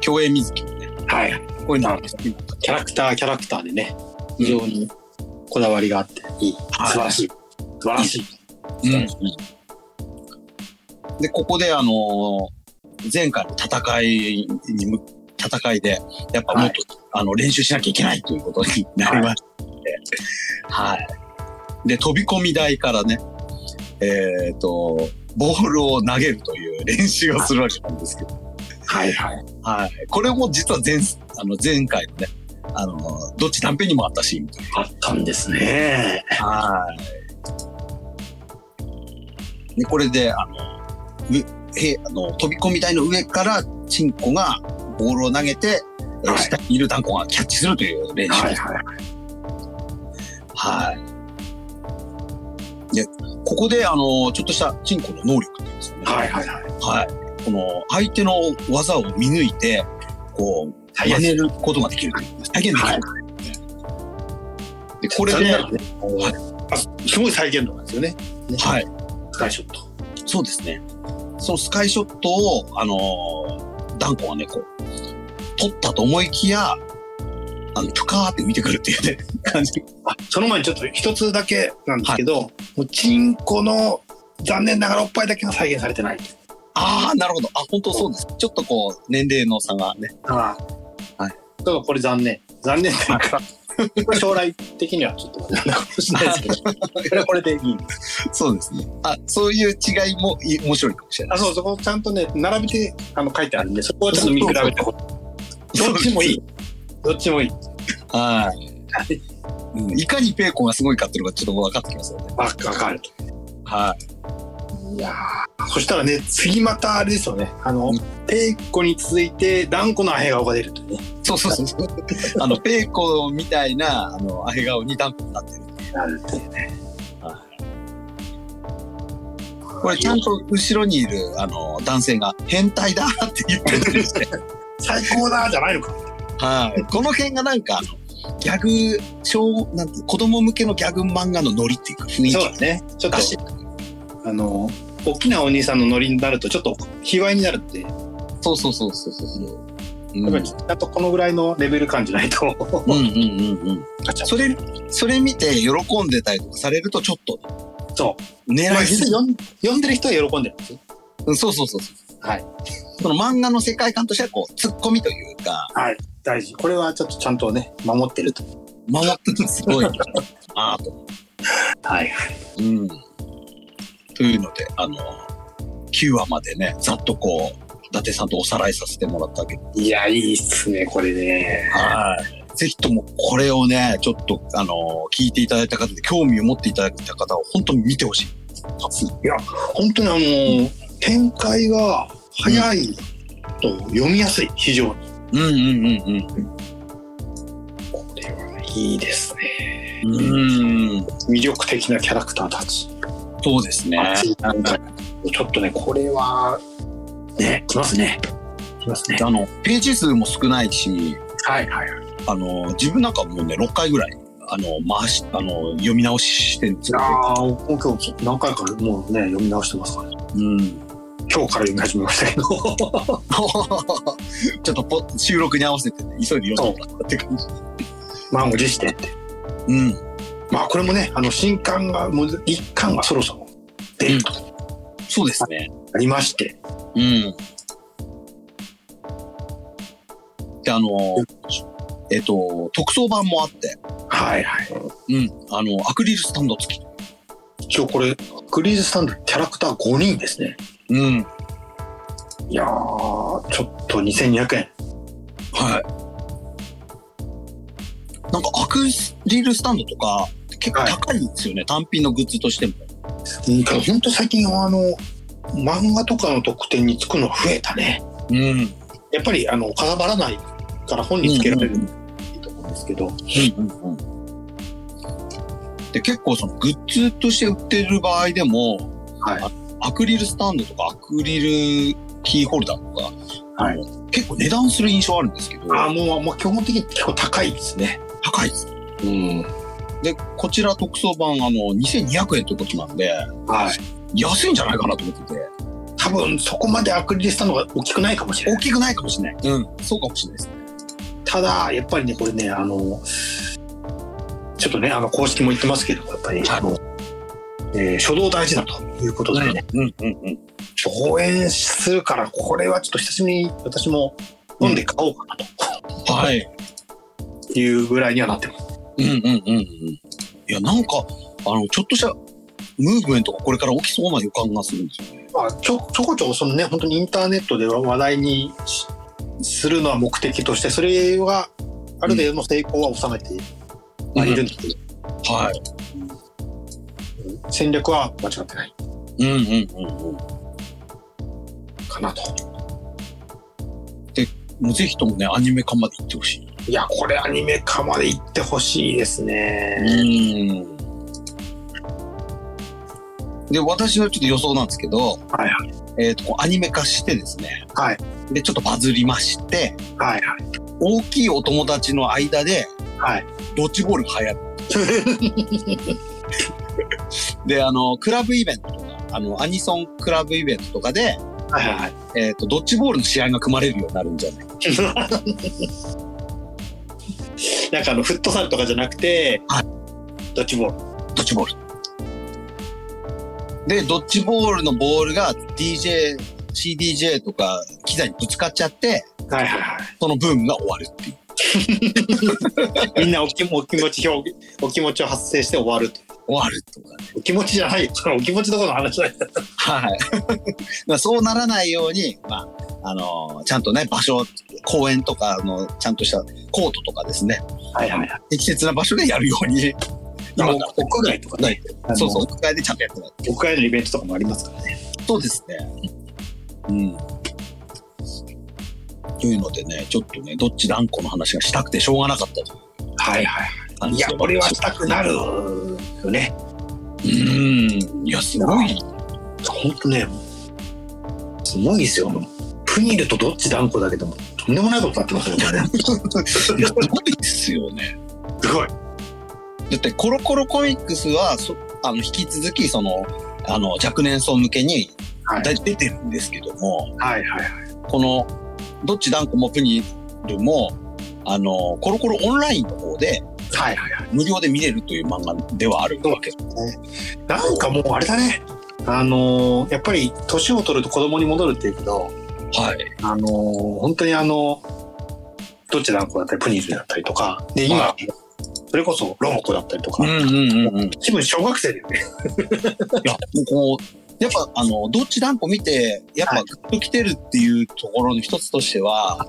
Speaker 1: 競泳水着もね、
Speaker 2: はい。
Speaker 1: こういうの
Speaker 2: なるキャラクターキャラクターでね非常にこだわりがあっていい、
Speaker 1: はい
Speaker 2: 素晴らしい素晴らしい、
Speaker 1: で、ここで、あのー前回の戦いにむ、戦いで、やっぱもっと、あの、練習しなきゃいけないということになりまして、はい。で、飛び込み台からね、えっ、と、ボールを投げるという練習をするわけなんですけど、
Speaker 2: はいはい
Speaker 1: はい。これも実は前、あの、前回のね、あのー、どっち断片にもあったシーンという。
Speaker 2: あったんですね
Speaker 1: はい。で、これで、あの、うへあの飛び込み台の上から、チンコがボールを投げて、えー
Speaker 2: はい
Speaker 1: 下にいるダンコがキャッチするという練習
Speaker 2: は
Speaker 1: で
Speaker 2: い
Speaker 1: す。
Speaker 2: は
Speaker 1: は
Speaker 2: い
Speaker 1: い。で、ここで、あの、ちょっとしたチンコの能力っていうんですよね。
Speaker 2: はいはいはい
Speaker 1: はい。この、相手の技を見抜いて、こう、
Speaker 2: はい
Speaker 1: 真似ることができるという。再現できる。
Speaker 2: は
Speaker 1: で、
Speaker 2: い
Speaker 1: これで、
Speaker 2: 残念ながらねあすごい再現度なんですよね
Speaker 1: はい。
Speaker 2: スカイショット
Speaker 1: そうですね。そのスカイショットを、あのー、ダンコはね、こう、取ったと思いきや、あの、プカーって見てくるっていうね、 (laughs) 感じ。
Speaker 2: あその前にちょっと一つだけなんですけど、もうチンコの残念ながらおっぱいだけが再現されてない
Speaker 1: ああ、なるほど。あ、本当そうです。ちょっとこう、年齢の差がね。
Speaker 2: あ
Speaker 1: は
Speaker 2: はいいだからこれ残念残念というかこれ将来的にはちょっとなんだかもしれない (laughs) ですけどこれはこれでいいんです
Speaker 1: そうですね。あ、そういう違いもい面白いかもしれない。
Speaker 2: あ、そう、そこちゃんとね、並べてあの書いてあるんで、そこはちょっと見比べてほしい。どっちもいい。。どっちもいい。
Speaker 1: はい。うんいかにペーコンがすごいかっていうのがちょっと分かってきますよね。
Speaker 2: わわかる。
Speaker 1: はい。
Speaker 2: いやーそしたらね、次またあれですよね。あの、ペイコに続いて、ダンコのアヘ顔が出るというね。
Speaker 1: そうそうそう
Speaker 2: (laughs)
Speaker 1: そう。あの、ペーコンみたいな、あの、アヘ顔にダンコになってる。
Speaker 2: なるっていうね。
Speaker 1: は
Speaker 2: こ
Speaker 1: これちゃんと後ろにいるあの男性が変態
Speaker 2: (laughs)
Speaker 1: だって言ってるんですね
Speaker 2: 最高だじゃないのか。
Speaker 1: はい。この辺がなんかあの、ギャグ、小、なんて、子供向けのギャグ漫画のノリっていうか、雰囲気
Speaker 2: そう
Speaker 1: が
Speaker 2: だね。ちょっと
Speaker 1: 出、して
Speaker 2: あの、大きなお兄さんのノリになると、ちょっと、卑猥になるって、や
Speaker 1: そうそうそうそうそう。うん
Speaker 2: っぱり、ちゃんとこのぐらいのレベル感じないと、
Speaker 1: うんうんうんうん。
Speaker 2: ガチャ
Speaker 1: それ、それ見て喜んでたりとかされると、ちょっと、
Speaker 2: そ
Speaker 1: 狙
Speaker 2: う。まあ、
Speaker 1: いす
Speaker 2: 実
Speaker 1: ぎ
Speaker 2: 際読ん読んでる人は喜んでるんですよ。
Speaker 1: うんそうそうそうそう。
Speaker 2: はい。
Speaker 1: その漫画の世界観としては、こう、ツッコミというか、
Speaker 2: 大事。これはちょっとちゃんとね、守ってると。
Speaker 1: 守っててす (laughs) ごいなと。
Speaker 2: はい。
Speaker 1: うん。というので、あの、9話までね、ざっとこう、伊達さんとおさらいさせてもらったわけど、
Speaker 2: いや、いいっすね、これね。
Speaker 1: はい。ぜひともこれをね、ちょっと、あの、聞いていただいた方で、興味を持っていただいた方は、本当に見てほしい。
Speaker 2: 本当にあのー展開が早いと読みやすい、非常に。
Speaker 1: うんうんうん
Speaker 2: これはいいですね。
Speaker 1: うん。うん。
Speaker 2: 魅力的なキャラクターたち。
Speaker 1: そうですね。
Speaker 2: なんかちょっとね、これは、ね、きますね。きますね。
Speaker 1: あの、ページ数も少ないし、
Speaker 2: はいはいはい。
Speaker 1: あの、自分なんかもうね、6回ぐらい、あの、回し、あの、読み直ししてるんですよ。
Speaker 2: ああ、もう今日何回かもうね、読み直してますからね。
Speaker 1: うん。
Speaker 2: 今日から読み始めましたけど。
Speaker 1: (laughs)
Speaker 2: (laughs)
Speaker 1: ちょっとポ収録に合わせて、ね、急いで読んでもらったって感じ。
Speaker 2: 満を持してって。
Speaker 1: うん。
Speaker 2: まあこれもね、あの新刊が、もう一巻がそろそろ出ると
Speaker 1: そうですね。
Speaker 2: ありまして、
Speaker 1: うん。で、あのー、えっと、特装版もあって、
Speaker 2: はいはい。
Speaker 1: うん。あの、アクリルスタンド付き。
Speaker 2: 一応これ、クリーズスタンドキャラクター5人ですね。
Speaker 1: うん。
Speaker 2: いやー、ちょっと2200円。
Speaker 1: はい。なんか、アクリルスタンドとか、結構高いんですよね。単品のグッズとしても。
Speaker 2: うん、けどほんと最近あの、漫画とかの特典につくの増えたね。
Speaker 1: うん。
Speaker 2: やっぱりあのかさばらないから本につけられる、いいと思うんですけど、
Speaker 1: うんうんで結構そのグッズとして売ってる場合でも、
Speaker 2: はい
Speaker 1: あアクリルスタンドとかアクリルキーホルダーとか、
Speaker 2: はい
Speaker 1: あの結構値段する印象あるんですけど
Speaker 2: ああもうもう基本的に結構高いですね。
Speaker 1: 高いです
Speaker 2: うん、
Speaker 1: でこちら特装版あの2200円ということなんで
Speaker 2: はい。
Speaker 1: 安いんじゃないかなと思ってて
Speaker 2: 多分そこまでアクリルスタンドが大きくないかもしれ
Speaker 1: 大
Speaker 2: ない。
Speaker 1: きくないかもしれない、うん、そうかもしれないです
Speaker 2: ただやっぱりねこれねあのちょっとねあの公式も言ってますけどやっぱり、
Speaker 1: はい
Speaker 2: あの、えー初動大事だということでね、
Speaker 1: うんうんうん
Speaker 2: 応援するからこれはちょっと久しぶりに私も飲んで買おうかな
Speaker 1: はい
Speaker 2: というぐらいにはなってます。
Speaker 1: うんうんうんうんいやなんかあのちょっとしたムーブメントがこれから起きそうな予感がするんですよね
Speaker 2: まあ、ちょちょこちょこそのね本当にインターネットで話題にしするのは目的としてそれはある程度の成功は収めてはいるんで、
Speaker 1: はい
Speaker 2: 戦略は間違ってない
Speaker 1: うんうんうんうん。
Speaker 2: かなと
Speaker 1: もうぜひともね、アニメ化まで行ってほしい。
Speaker 2: いやこれアニメ化までいってほしいですね、
Speaker 1: で、私のちょっと予想なんですけど、
Speaker 2: はい
Speaker 1: えっ、と、こうアニメ化してですね。
Speaker 2: はい。
Speaker 1: で、ちょっとバズりまして、
Speaker 2: はいはい
Speaker 1: 大きいお友達の間で、
Speaker 2: はい
Speaker 1: ドッジボールが流行
Speaker 2: (laughs)
Speaker 1: る。で、あの、クラブイベントとか、あの、アニソンクラブイベントとかで、
Speaker 2: はいはいはい
Speaker 1: えっ、と、ドッジボールの試合が組まれるようになるんじゃない
Speaker 2: なんかあのフットサルとかじゃなくて、
Speaker 1: は
Speaker 2: ドッジボール
Speaker 1: ドッジボール。で、ドッジボールのボールが DJ、CDJ とか機材にぶつかっちゃって、
Speaker 2: はいはいは
Speaker 1: そのブームが終わるっていう。
Speaker 2: いみんなおきお気持ち表 (laughs) 現お気持ちを発生して終わると
Speaker 1: 終わるとかね。
Speaker 2: お気持ちじゃないよ (laughs) それお気持ちどころの話じゃない
Speaker 1: はい。 (laughs) だからそうならないように、まあ、あのーちゃんとね、場所、公園とかの、ちゃんとしたコートとかですね、
Speaker 2: はいはいはい
Speaker 1: 適切な場所でやるように、今から
Speaker 2: 屋外とかね
Speaker 1: そう
Speaker 2: う
Speaker 1: そう、屋外でちゃんとやってない。
Speaker 2: 屋外のイベントとかもありますからね。
Speaker 1: そうですね。うん。というのでね、ちょっとね、どっち断固の話がしたくてしょうがなかったという
Speaker 2: はいはい。
Speaker 1: 感
Speaker 2: い
Speaker 1: じ
Speaker 2: や
Speaker 1: で、
Speaker 2: 俺はしたくなるよね。
Speaker 1: うん。いや、すご
Speaker 2: (laughs)
Speaker 1: い。
Speaker 2: 本当ね、すごいですよ。プニルとどっち断固だけども、とんでもないことになってますよ、これね。
Speaker 1: いや、すごいですよね。
Speaker 2: (laughs) すごい。
Speaker 1: だってコロコロコミックスはそあの引き続きそのあの若年層向けに
Speaker 2: はい
Speaker 1: だ出てるんですけども、
Speaker 2: はいはい。
Speaker 1: このどっちダンコもプニルもあのコロコロオンラインの方で
Speaker 2: はいはいはい。
Speaker 1: 無料で見れるという漫画ではあるわけです
Speaker 2: なんかもうあれだね。あのーやっぱり年を取ると子供に戻るっていうけど、
Speaker 1: はい
Speaker 2: あのー本当にあの、どっちだんこだったり、プニーズだったりとか、で、今、
Speaker 1: は
Speaker 2: それこそロモコだったりとか、
Speaker 1: うんうんうんうんい
Speaker 2: 自分小学生だよね。
Speaker 1: やもうこうやっぱあのどっちダンコ見てやっぱグッと来てるっていうところの一つとしては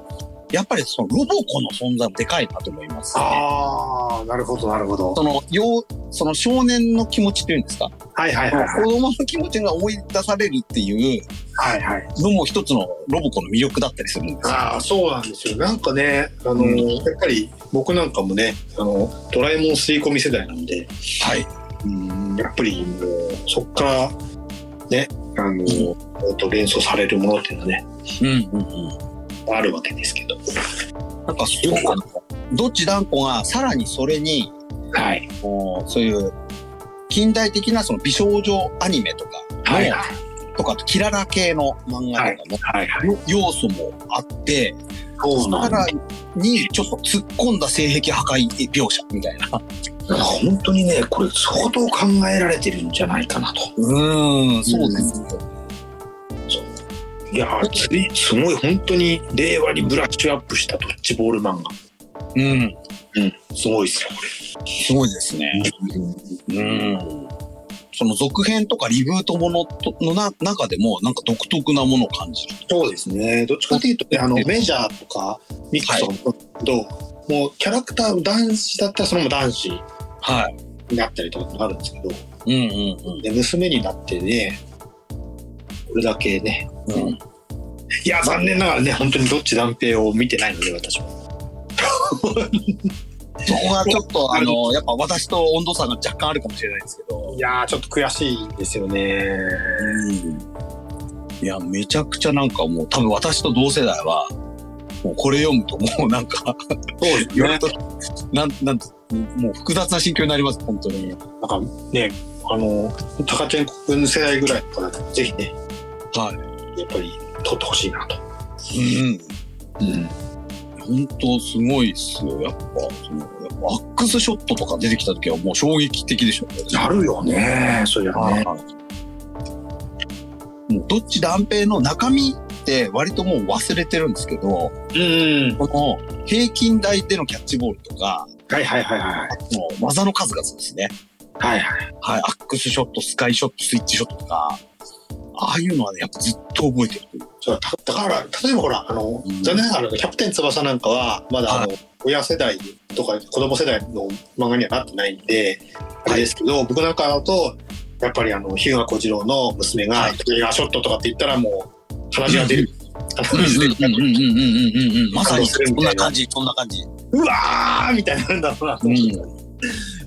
Speaker 1: やっぱりそのロボコの存在でかいなと思います、ね、
Speaker 2: ああ、なるほど、なるほど。
Speaker 1: そのようその少年の気持ちっていうんですか
Speaker 2: はいはいはい。
Speaker 1: 子供の気持ちが思い出されるっていう
Speaker 2: はいはい。
Speaker 1: のも一つのロボコの魅力だったりするんですよ
Speaker 2: ああ、そうなんですよ。なんかね、あのー
Speaker 1: うん
Speaker 2: やっぱり僕なんかもね、あの、ドラえもん吸い込み世代なんで、
Speaker 1: はい。
Speaker 2: うん、やっぱりもう、そっから、ね、あのー、あと連想されるものっていうのはね、
Speaker 1: うんうんうん。
Speaker 2: あるわけですけど。
Speaker 1: なんかそうかな。どっち断固がさらにそれに、
Speaker 2: はい。
Speaker 1: こうそういう近代的なその美少女アニメとかの、
Speaker 2: はい。
Speaker 1: とかあとキララ系の漫画とかの、
Speaker 2: はいはい。
Speaker 1: よ要素もあって、
Speaker 2: そう
Speaker 1: さ
Speaker 2: だ
Speaker 1: らにちょっと突っ込んだ性癖破壊描写みたいな。
Speaker 2: 本当にね、これ相当考えられてるんじゃないかなと。
Speaker 1: うん、そうです。
Speaker 2: いやーついすごい本当に令和にブラッシュアップしたドッジボール漫画。
Speaker 1: うん、
Speaker 2: すごいですよ、こ
Speaker 1: すごいですね。うん。その続編とかリブートものとのな中でもなんか独特なものを感じる。
Speaker 2: そうですね。どっちかというと、ね、あの、メジャーとか、ミックスとかどう、もうキャラクター、男子だったらそのまま男子
Speaker 1: はい。
Speaker 2: になったりとかもあるんですけど、
Speaker 1: うんうん
Speaker 2: で、娘になってね、これだけね。
Speaker 1: うん。うん
Speaker 2: いや、残念ながらね、本当にどっち断平を見てないので、私も。
Speaker 1: そこがちょっと、あの、やっぱ私と温度差が若干あるかもしれないですけど。
Speaker 2: いやー、ちょっと悔しいんですよね。
Speaker 1: いや、めちゃくちゃなんかもう、多分私と同世代は、もうこれ読むともうなんか、
Speaker 2: そうですね。
Speaker 1: なん、なんて、もう複雑な心境になります、本当に。
Speaker 2: なんかね、あの、高千穂君世代ぐらいとかだと、ぜひね、
Speaker 1: は
Speaker 2: やっぱり撮ってほしいなと。
Speaker 1: い。
Speaker 2: うん。
Speaker 1: うん。本当すごいっすよ。やっぱ、その、やっぱアックスショットとか出てきた時はもう衝撃的でしょうね。
Speaker 2: なるよね、そりゃね。
Speaker 1: もうどっち断平の中身って割ともう忘れてるんですけど、
Speaker 2: うん。
Speaker 1: この平均台でのキャッチボールとか、
Speaker 2: はいはいはいはい。
Speaker 1: もう技の数々ですね。
Speaker 2: はいはい。
Speaker 1: はい、アックスショット、スカイショット、スイッチショットとか、ああいうのはね、やっぱずっと覚えてるという。
Speaker 2: そうだだから、例えばほら、あの、
Speaker 1: うん
Speaker 2: 残念ながら、キャプテン翼なんかは、まだあの、親世代とか子供世代の漫画にはなってないんで、あれですけど、僕なんかだと、やっぱりあの、日向小次郎の娘が、
Speaker 1: はい
Speaker 2: トリガーショットとかって言ったらもう、鼻血が出る。鼻血出る。
Speaker 1: うんうんうんうんうんうん。まさにそんな感じ、そんな感じ。
Speaker 2: うわーみたいになるんだろうなと思って、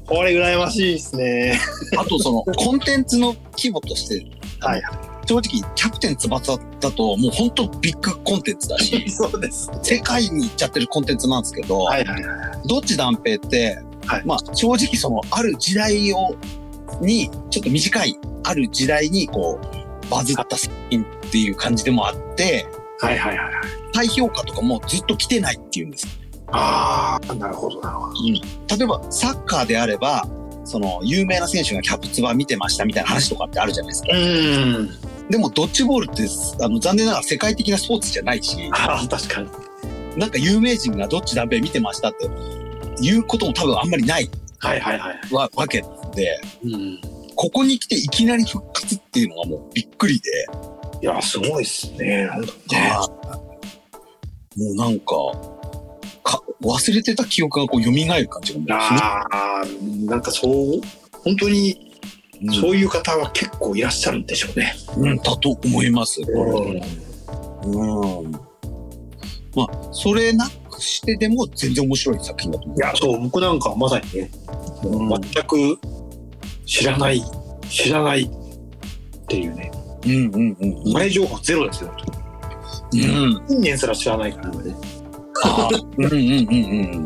Speaker 2: これ羨ましいですね。
Speaker 1: あとそ (laughs) の、コンテンツの規模として、
Speaker 2: はい、
Speaker 1: 正直、キャプテン翼だと、もう本当ビッグコンテンツだし (laughs)
Speaker 2: (laughs) そうです。
Speaker 1: 世界に行っちゃってるコンテンツなんですけど、
Speaker 2: はいはいはい。
Speaker 1: どっち断平って、
Speaker 2: はい
Speaker 1: まあ正直そのある時代をにちょっと短いある時代にこうバズった作品っていう感じでもあって
Speaker 2: はいはいはい。
Speaker 1: 再評価とかもずっと来てないっていうんです
Speaker 2: ああ、なるほどなるほど。
Speaker 1: 例えばサッカーであればその有名な選手がキャプツバ見てましたみたいな話とかってあるじゃないですか
Speaker 2: うん。
Speaker 1: でもドッジボールってあの残念ながら世界的なスポーツじゃないし
Speaker 2: ああ、確かに。
Speaker 1: なんか有名人がどっち断平見てましたっていうことも多分あんまりない
Speaker 2: はいはいはい。
Speaker 1: わわけなんで
Speaker 2: うん。
Speaker 1: ここに来ていきなり復活っていうのがもうびっくりで、
Speaker 2: いや、すごいですね。本当ね。
Speaker 1: もうなんかか、忘れてた記憶がこう蘇る感じがもう
Speaker 2: ああ、なんかそう、本当に
Speaker 1: す
Speaker 2: そ
Speaker 1: ごい、
Speaker 2: ういう方は結構いらっしゃるんでしょうね。
Speaker 1: うんうん、だと思います。
Speaker 2: うん。
Speaker 1: うん。まあ、それなくしてでも全然面白い作品だと思
Speaker 2: いや、そう、僕なんかはまさにね、
Speaker 1: う。
Speaker 2: 全く知らない、知らないっていうね、
Speaker 1: うんうんうんうん。
Speaker 2: 前情報ゼロですよ。
Speaker 1: うん。
Speaker 2: 近年すら知らないからね。
Speaker 1: あーうんうんうんうん。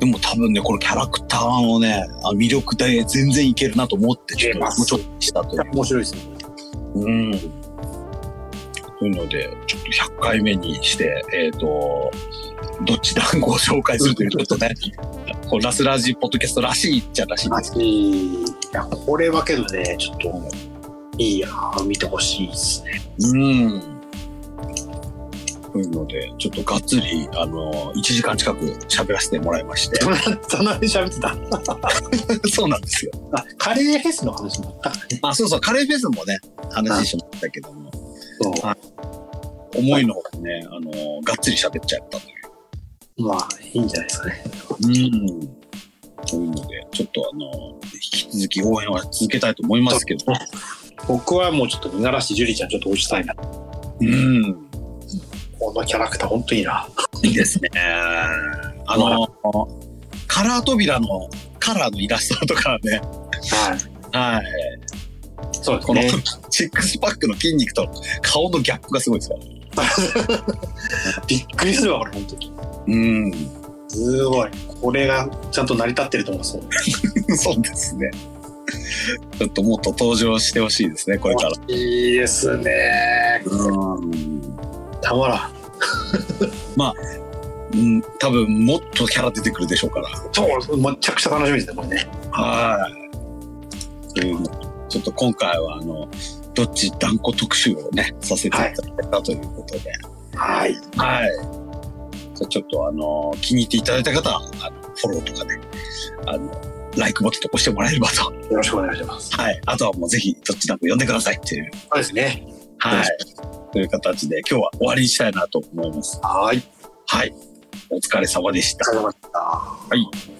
Speaker 1: ででも多分ね、このキャラクターのね、あ魅力で全然いけるなと思って、ちょっと、
Speaker 2: いけま
Speaker 1: も
Speaker 2: す
Speaker 1: うちょっとしたという。
Speaker 2: 面白いですね。
Speaker 1: うん。というので、ちょっと100回目にして、えっ、と、どっち団子を紹介するという、ちょっと (laughs) ね、こうラスラジポッドキャストらしいっちゃらしいん
Speaker 2: マ
Speaker 1: です
Speaker 2: ジいや、これはけどね、ちょっと、いいや、見てほしいです (laughs) ね。
Speaker 1: うん。というので、ちょっとがっつり、あの、1時間近く喋らせてもらいまして。 (laughs)
Speaker 2: そんなに喋ってた
Speaker 1: そうなんですよ。
Speaker 2: あ、カレーフェスの話もあったね。
Speaker 1: あ、そうそう、カレーフェスもね、話しましたけども、
Speaker 2: そ。
Speaker 1: 思いのほかね、あの、がっつり喋っちゃったという
Speaker 2: まあ、いいんじゃないですかね。
Speaker 1: う。うん。というので、ちょっとあの、引き続き応援は続けたいと思いますけど。
Speaker 2: 僕はもうちょっと、五十嵐樹里ちゃんちょっと推したいな。
Speaker 1: うん。
Speaker 2: このキャラクター、ほんといいな。
Speaker 1: いいですね。あの、カラー扉のカラーのイラストとかね、
Speaker 2: はい。
Speaker 1: はい。
Speaker 2: そうです
Speaker 1: この、
Speaker 2: ね。
Speaker 1: シックスパックの筋肉と顔のギャップがすごいですから。
Speaker 2: びっくりするわ、これ、ほんとに。
Speaker 1: うん。
Speaker 2: すごい。これが、ちゃんと成り立ってると思います。
Speaker 1: (laughs) そうですね。ちょっともっと登場してほしいですね、これから。
Speaker 2: いいですね。
Speaker 1: うん。
Speaker 2: たまらん。
Speaker 1: うん、多分もっとキャラ出てくるでしょうから。
Speaker 2: そう、めちゃくちゃ楽しみですね、これね。
Speaker 1: はい。というのちょっと今回は、あの、どっち断固特集をね、させていただいたということで。
Speaker 2: はい。
Speaker 1: はい。じゃあちょっとあの、気に入っていただいた方は、あのフォローとかね、あの、ライクボタンとか押してもらえればと。
Speaker 2: よろしくお願いします。
Speaker 1: はい。あとはもうぜひ、どっちだと呼んでくださいっていう。
Speaker 2: そうですね。
Speaker 1: はい。という形で、今日は終わりにしたいなと思います。
Speaker 2: はい。
Speaker 1: はい。お疲れ様でした。
Speaker 2: お疲れ様でした。
Speaker 1: はい。